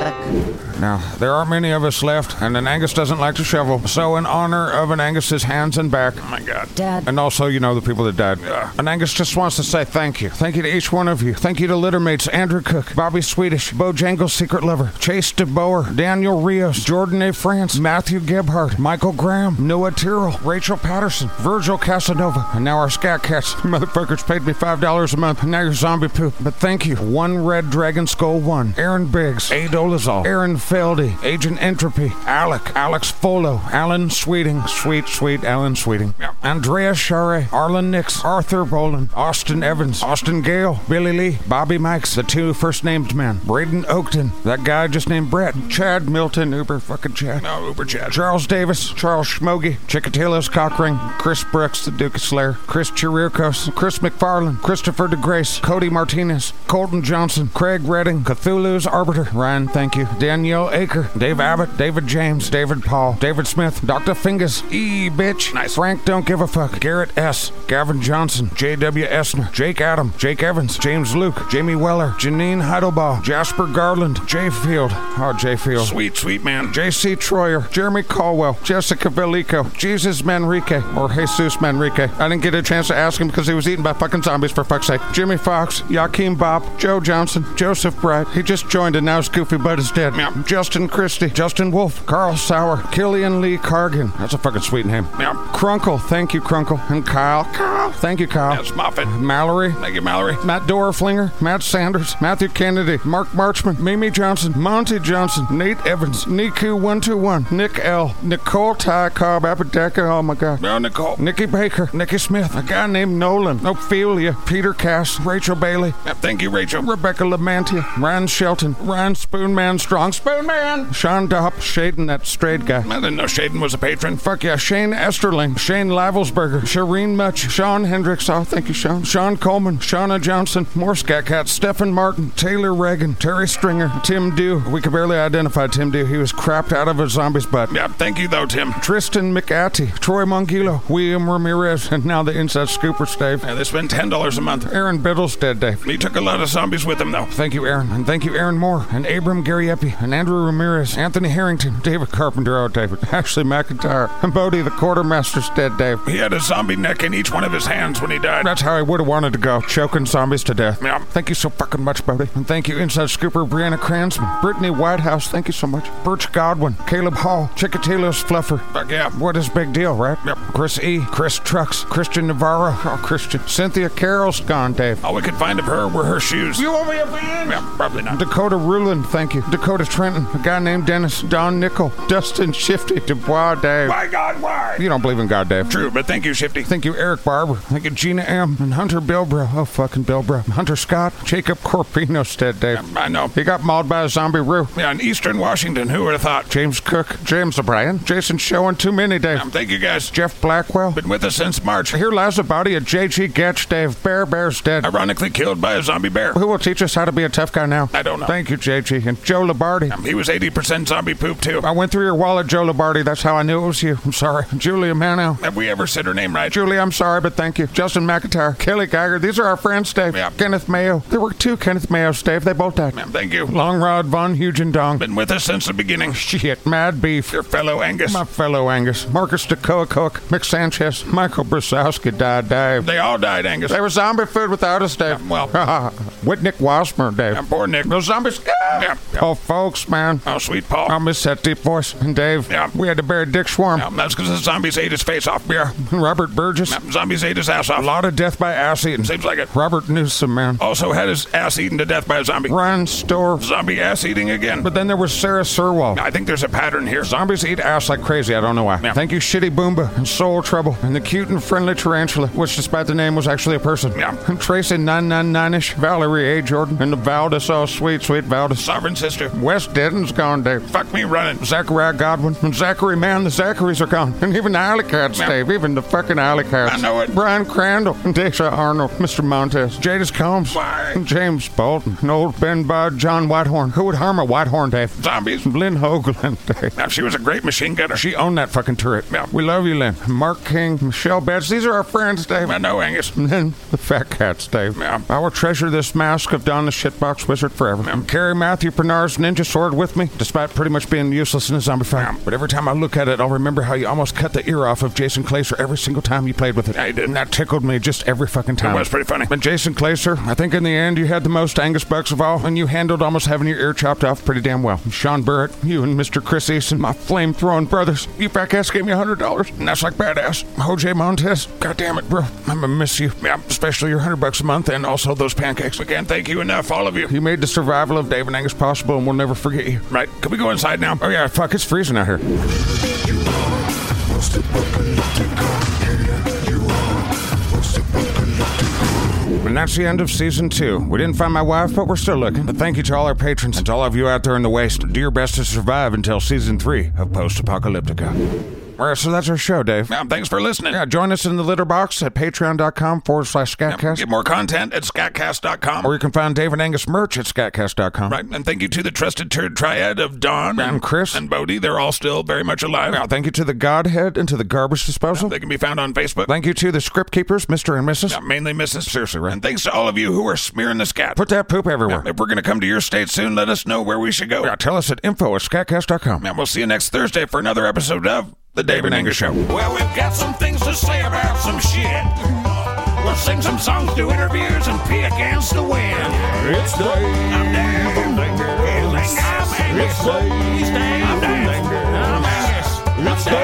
[SPEAKER 5] Now, there aren't many of us left, and an Angus doesn't like to shovel. So, in honor of an Angus's hands and back, oh my God,
[SPEAKER 10] Dad.
[SPEAKER 5] and also, you know, the people that died. An Angus just wants to say thank you. Thank you to each one of you. Thank you to Littermates, Andrew Cook, Bobby Swedish, Bojangles Secret Lover, Chase DeBoer, Daniel Rios, Jordan A. France, Matthew Gebhardt, Michael Graham, Noah Tyrrell, Rachel Patterson, Virgil Casanova, and now our Scat Cats. You Motherfuckers paid me $5 a month, and now you're zombie poop. But thank you. One Red Dragon Skull 1, Aaron Biggs, Aid Olazal, Aaron Feldy, Agent Entropy, Alec, Alex Folo, Alan Sweeting, sweet, sweet Alan Sweeting, Andrea Share, Arlen Nix, Arthur Boland, Austin Evans, Austin Gale, Billy Lee, Bobby Mikes, the two first named men, Braden Oakton, that guy just named Brett, Chad Milton, Uber fucking Chad. No, Uber Chad. Charles Davis, Charles Schmogi, Chikatilos Cochran, Chris Brooks, the Duke of Slayer, Chris Chirikos, Chris McFarland, Christopher DeGrace, Cody Martinez, Colton Johnson, Craig Redding, Cthulhu's Arbiter, Ryan, thank you, Danielle Aker, Dave Abbott, David James, David Paul, David Smith, Dr. Fingus, E bitch, nice. Frank Don't Give a Fuck, Garrett S, Gavin Johnson, J.W. Esner, Jake Adam, Jake Evans, James Luke, Jamie Weller, Janine Heidelbaugh, Jasper Garland, Jay Field, oh Jay Field,
[SPEAKER 2] Sweet, sweet man.
[SPEAKER 5] J.C. Troyer, Jeremy Caldwell, Jessica Velico, Jesus Manrique, or Jesus Manrique. I didn't get a chance to ask him because he was eaten by fucking zombies for fuck's sake. Jimmy Fox, Joaquin Bob, Joe Johnson, Joseph Bright. He just joined and now his goofy butt is dead. Justin Christie, Justin Wolf, Carl Sauer, Killian Lee Cargan. That's a fucking sweet name. Crunkle, thank you, Crunkle. And Kyle. Kyle. Thank you, Kyle.
[SPEAKER 2] That's Moffat.
[SPEAKER 5] Mallory.
[SPEAKER 2] Thank you, Mallory.
[SPEAKER 5] Matt Dorflinger, Matt Sanders, Matthew Kennedy, Mark Marchman, Mimi Johnson, Monty Johnson, Nate Evans, Niku121, Nick L, Nicole Ty Cobb, Apodaca, oh my god.
[SPEAKER 2] Now, Nicole.
[SPEAKER 5] Nikki Baker, Nikki Smith, a guy named Nolan, Ophelia, Peter Cass, Rachel Bailey,
[SPEAKER 2] Yeah, Thank you, Rachel.
[SPEAKER 5] Rebecca Lamantia, Ryan Shelton, Ryan Spoonman Strong, Spoonman, Sean Dopp, Shaden, that straight guy.
[SPEAKER 2] I didn't know Shaden was a patron.
[SPEAKER 5] Fuck yeah, Shane Esterling, Shane Livelsberger, Shireen Much, Sean Hendricks, oh, thank you, Sean, Sean Coleman, Shauna Johnson, more Scat Cat, Stephen Martin, Taylor Reagan, Terry Stringer, Tim Dew. We could barely identify Tim Dew. He was crapped out of a zombie's butt.
[SPEAKER 2] Yeah, thank you, though, Tim.
[SPEAKER 5] Tristan McAtee, Troy Mongilo, William Ramirez, and now the inside scooper, Dave.
[SPEAKER 2] Yeah, they spend $10 a month.
[SPEAKER 5] Aaron Biddlestead, Dave.
[SPEAKER 2] He took a lot of zombies with him, though.
[SPEAKER 5] Thank you, Aaron, and thank you, Aaron Moore, and Abram Gariepi, and Andrew Ramirez, Anthony Harrington, David Carpenter, oh, David, Ashley McIntyre, and Bodie the Quartermaster's dead, Dave.
[SPEAKER 2] He had a zombie neck in each one of his hands when he died.
[SPEAKER 5] That's how I would have wanted to go, choking zombies to death.
[SPEAKER 2] Yeah.
[SPEAKER 5] Thank you so fucking much, Bodie. And thank you, Inside Scooper Brianna Cransman, Brittany Whitehouse, thank you so much. Birch Godwin, Caleb Hall, Chikatilos Fluffer.
[SPEAKER 2] Fuck yeah.
[SPEAKER 5] What is big deal, right?
[SPEAKER 2] Yep.
[SPEAKER 5] Chris E., Chris Trucks, Christian Navarro, oh, Christian. Cynthia Carroll's gone, Dave.
[SPEAKER 2] All we could find of her were her shoes.
[SPEAKER 5] You owe me a beer.
[SPEAKER 2] Yeah, probably not.
[SPEAKER 5] Dakota Rulin, thank you. Dakota Trenton, a guy named Dennis, Don Nickel, Dustin Shifty, Dubois, Dave.
[SPEAKER 2] By God, why?
[SPEAKER 5] You don't believe in God, Dave.
[SPEAKER 2] True, but thank you, Shifty.
[SPEAKER 5] Thank you, Eric Barber. Thank you, Gina M. And Hunter Bilbra. Oh, fucking Bilbra. Hunter Scott. Jacob Corpino's dead, Dave.
[SPEAKER 2] I know.
[SPEAKER 5] He got mauled by a zombie roo.
[SPEAKER 2] Yeah, in Eastern Washington, who would have thought?
[SPEAKER 5] James Cook. James O'Brien. Jason Showing. Too many, Dave.
[SPEAKER 2] Um, thank you, guys.
[SPEAKER 5] Jeff Blackwell.
[SPEAKER 2] Been with us since March.
[SPEAKER 5] Here lies the body of J.G. Getch, Dave. Bear Bear's dead.
[SPEAKER 2] Ironically killed by a zombie bear.
[SPEAKER 5] Who will teach us how to be a tough guy now?
[SPEAKER 2] I don't know.
[SPEAKER 5] Thank you, J.G. And Joe Labardi.
[SPEAKER 2] Um, he was 80% zombie poop, too.
[SPEAKER 5] I went through your wallet, Joe Labardi. That's how I knew it was you. I'm sorry. Julia Manow.
[SPEAKER 2] Have we ever said her name right?
[SPEAKER 5] Julie, I'm sorry, but thank you. Justin McIntyre, Kelly Geiger, these are our friends, Dave.
[SPEAKER 2] Yeah.
[SPEAKER 5] Kenneth Mayo. There were two Kenneth Mayos, Dave. They both died.
[SPEAKER 2] Um, thank you.
[SPEAKER 5] Long Rod Von Hugendong.
[SPEAKER 2] Been with us since the beginning.
[SPEAKER 5] Shit, Mad Beef.
[SPEAKER 2] Your fellow Angus.
[SPEAKER 5] My fellow Angus. Marcus Dacoa Cook, Mick Sanchez, Michael Brasowski died, Dave.
[SPEAKER 2] They all died, Angus.
[SPEAKER 5] They were zombie food without us, Dave.
[SPEAKER 2] well.
[SPEAKER 5] Whitnick Wasmer, Dave.
[SPEAKER 2] Um, poor Nick.
[SPEAKER 5] Those zombies.
[SPEAKER 2] Yeah.
[SPEAKER 5] Oh, folks, man.
[SPEAKER 2] Oh, sweet Paul.
[SPEAKER 5] I miss that deep voice. And Dave,
[SPEAKER 2] Yeah.
[SPEAKER 5] we had to bury Dick Schwarm.
[SPEAKER 2] Um, that's because the zombies ate his face off, beer.
[SPEAKER 5] Robert Burgess.
[SPEAKER 2] Um, zombies ate his ass
[SPEAKER 5] A
[SPEAKER 2] off.
[SPEAKER 5] lot of death by ass eating.
[SPEAKER 2] Seems like it.
[SPEAKER 5] Robert Newsom, man.
[SPEAKER 2] Also had his ass eaten to death by a zombie.
[SPEAKER 5] Ryan Store.
[SPEAKER 2] Zombie ass eating again.
[SPEAKER 5] But then there was Sarah Serwal.
[SPEAKER 2] I think there's a pattern here.
[SPEAKER 5] Zombies eat ass like crazy. I don't know why.
[SPEAKER 2] Yeah.
[SPEAKER 5] Thank you, Shitty Boomba and Soul Trouble and the cute and friendly tarantula, which, despite the name, was actually a person.
[SPEAKER 2] Yeah.
[SPEAKER 5] And Tracy 999ish, Valerie A. Jordan, and the Valdis. Oh, sweet, sweet Valdis.
[SPEAKER 2] Sovereign sister.
[SPEAKER 5] Wes Deaden's gone, Dave.
[SPEAKER 2] Fuck me running.
[SPEAKER 5] Zachariah Godwin and Zachary Man, the Zacharys are gone. And even the Alley Cats,
[SPEAKER 2] Yeah.
[SPEAKER 5] Dave. Even the fucking Alley Cats.
[SPEAKER 2] I know it.
[SPEAKER 5] Brian Crandall and Deja Arnold, Mr. Montez, Jadis Combs,
[SPEAKER 2] Why?
[SPEAKER 5] and James Bolton, and old Ben by John Whitehorn. Who would harm a Whitehorn, Dave?
[SPEAKER 2] Zombies.
[SPEAKER 5] Lynn Hoagland, Dave.
[SPEAKER 2] Now, she was a great machine gunner.
[SPEAKER 5] She owned that fucking turret.
[SPEAKER 2] Yeah.
[SPEAKER 5] We love you, Lynn. Mark King, Michelle Betts. These are our friends, Dave.
[SPEAKER 2] I know, Angus.
[SPEAKER 5] And then the fat cats, Dave.
[SPEAKER 2] Yeah.
[SPEAKER 5] I will treasure this mask of Don the Shitbox Wizard forever. Carry Matthew Pernard's ninja sword with me, despite pretty much being useless in a zombie fight. But every time I look at it, I'll remember how you almost cut the ear off of Jason Claser every single time you played with it.
[SPEAKER 2] I did.
[SPEAKER 5] And that tickled me just every fucking time.
[SPEAKER 2] That was pretty funny.
[SPEAKER 5] And Jason Claser, I think in the end you had the most Angus Bucks of all, and you handled almost having your ear chopped off pretty damn well. Sean Burrett, you and Mr. Chris Easton, my flame throwing brothers, you fat ass gave me $100, and that's like badass. OJ Montez, god damn it, bro. I'm gonna miss you. Yeah, especially your 100 bucks a month and also those pancakes.
[SPEAKER 2] We can't thank you enough, all of you.
[SPEAKER 5] You made the survival of Dave and Angus possible, and we'll never forget you.
[SPEAKER 2] Right, can we go inside now?
[SPEAKER 5] Oh, yeah, fuck, it's freezing out here. And that's the end of season two. We didn't find my wife, but we're still looking. But thank you to all our patrons and to all of you out there in the waste. Do your best to survive until season three of Post Apocalyptica. All right, so that's our show, Dave.
[SPEAKER 2] Um, thanks for listening.
[SPEAKER 5] Yeah, join us in the litter box at patreon.com forward slash scatcast.
[SPEAKER 2] Get more content at scatcast.com.
[SPEAKER 5] Or you can find Dave and Angus merch at scatcast.com.
[SPEAKER 2] Right, and thank you to the trusted turd triad of Don
[SPEAKER 5] And Chris.
[SPEAKER 2] and Bodie. They're all still very much alive.
[SPEAKER 5] Now, thank you to the Godhead and to the garbage disposal.
[SPEAKER 2] They can be found on Facebook.
[SPEAKER 5] Thank you to the script keepers, Mr. and Mrs.
[SPEAKER 2] Yeah, mainly Mrs. Seriously, right? And thanks to all of you who are smearing the scat.
[SPEAKER 5] Put that poop everywhere.
[SPEAKER 2] if we're going to come to your state soon, let us know where we should go.
[SPEAKER 5] Yeah, tell us at info at scatcast.com.
[SPEAKER 2] And we'll see you next Thursday for another episode of The David Anger Show. Well, we've got some things to say about some shit. We'll sing some songs, do interviews, and pee against the wind.
[SPEAKER 3] It's Dave.
[SPEAKER 2] I'm down.
[SPEAKER 3] Angus. It's Dave.
[SPEAKER 2] He's down. I'm down. I'm Angus.
[SPEAKER 3] It's Dave.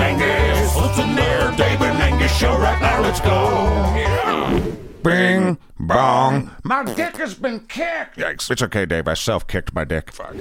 [SPEAKER 3] Angus. Listen there, David Angus show right now. Let's go.
[SPEAKER 5] Bing, bong.
[SPEAKER 2] My dick has been kicked. Yikes.
[SPEAKER 5] It's okay, Dave. I self kicked my dick. Fuck.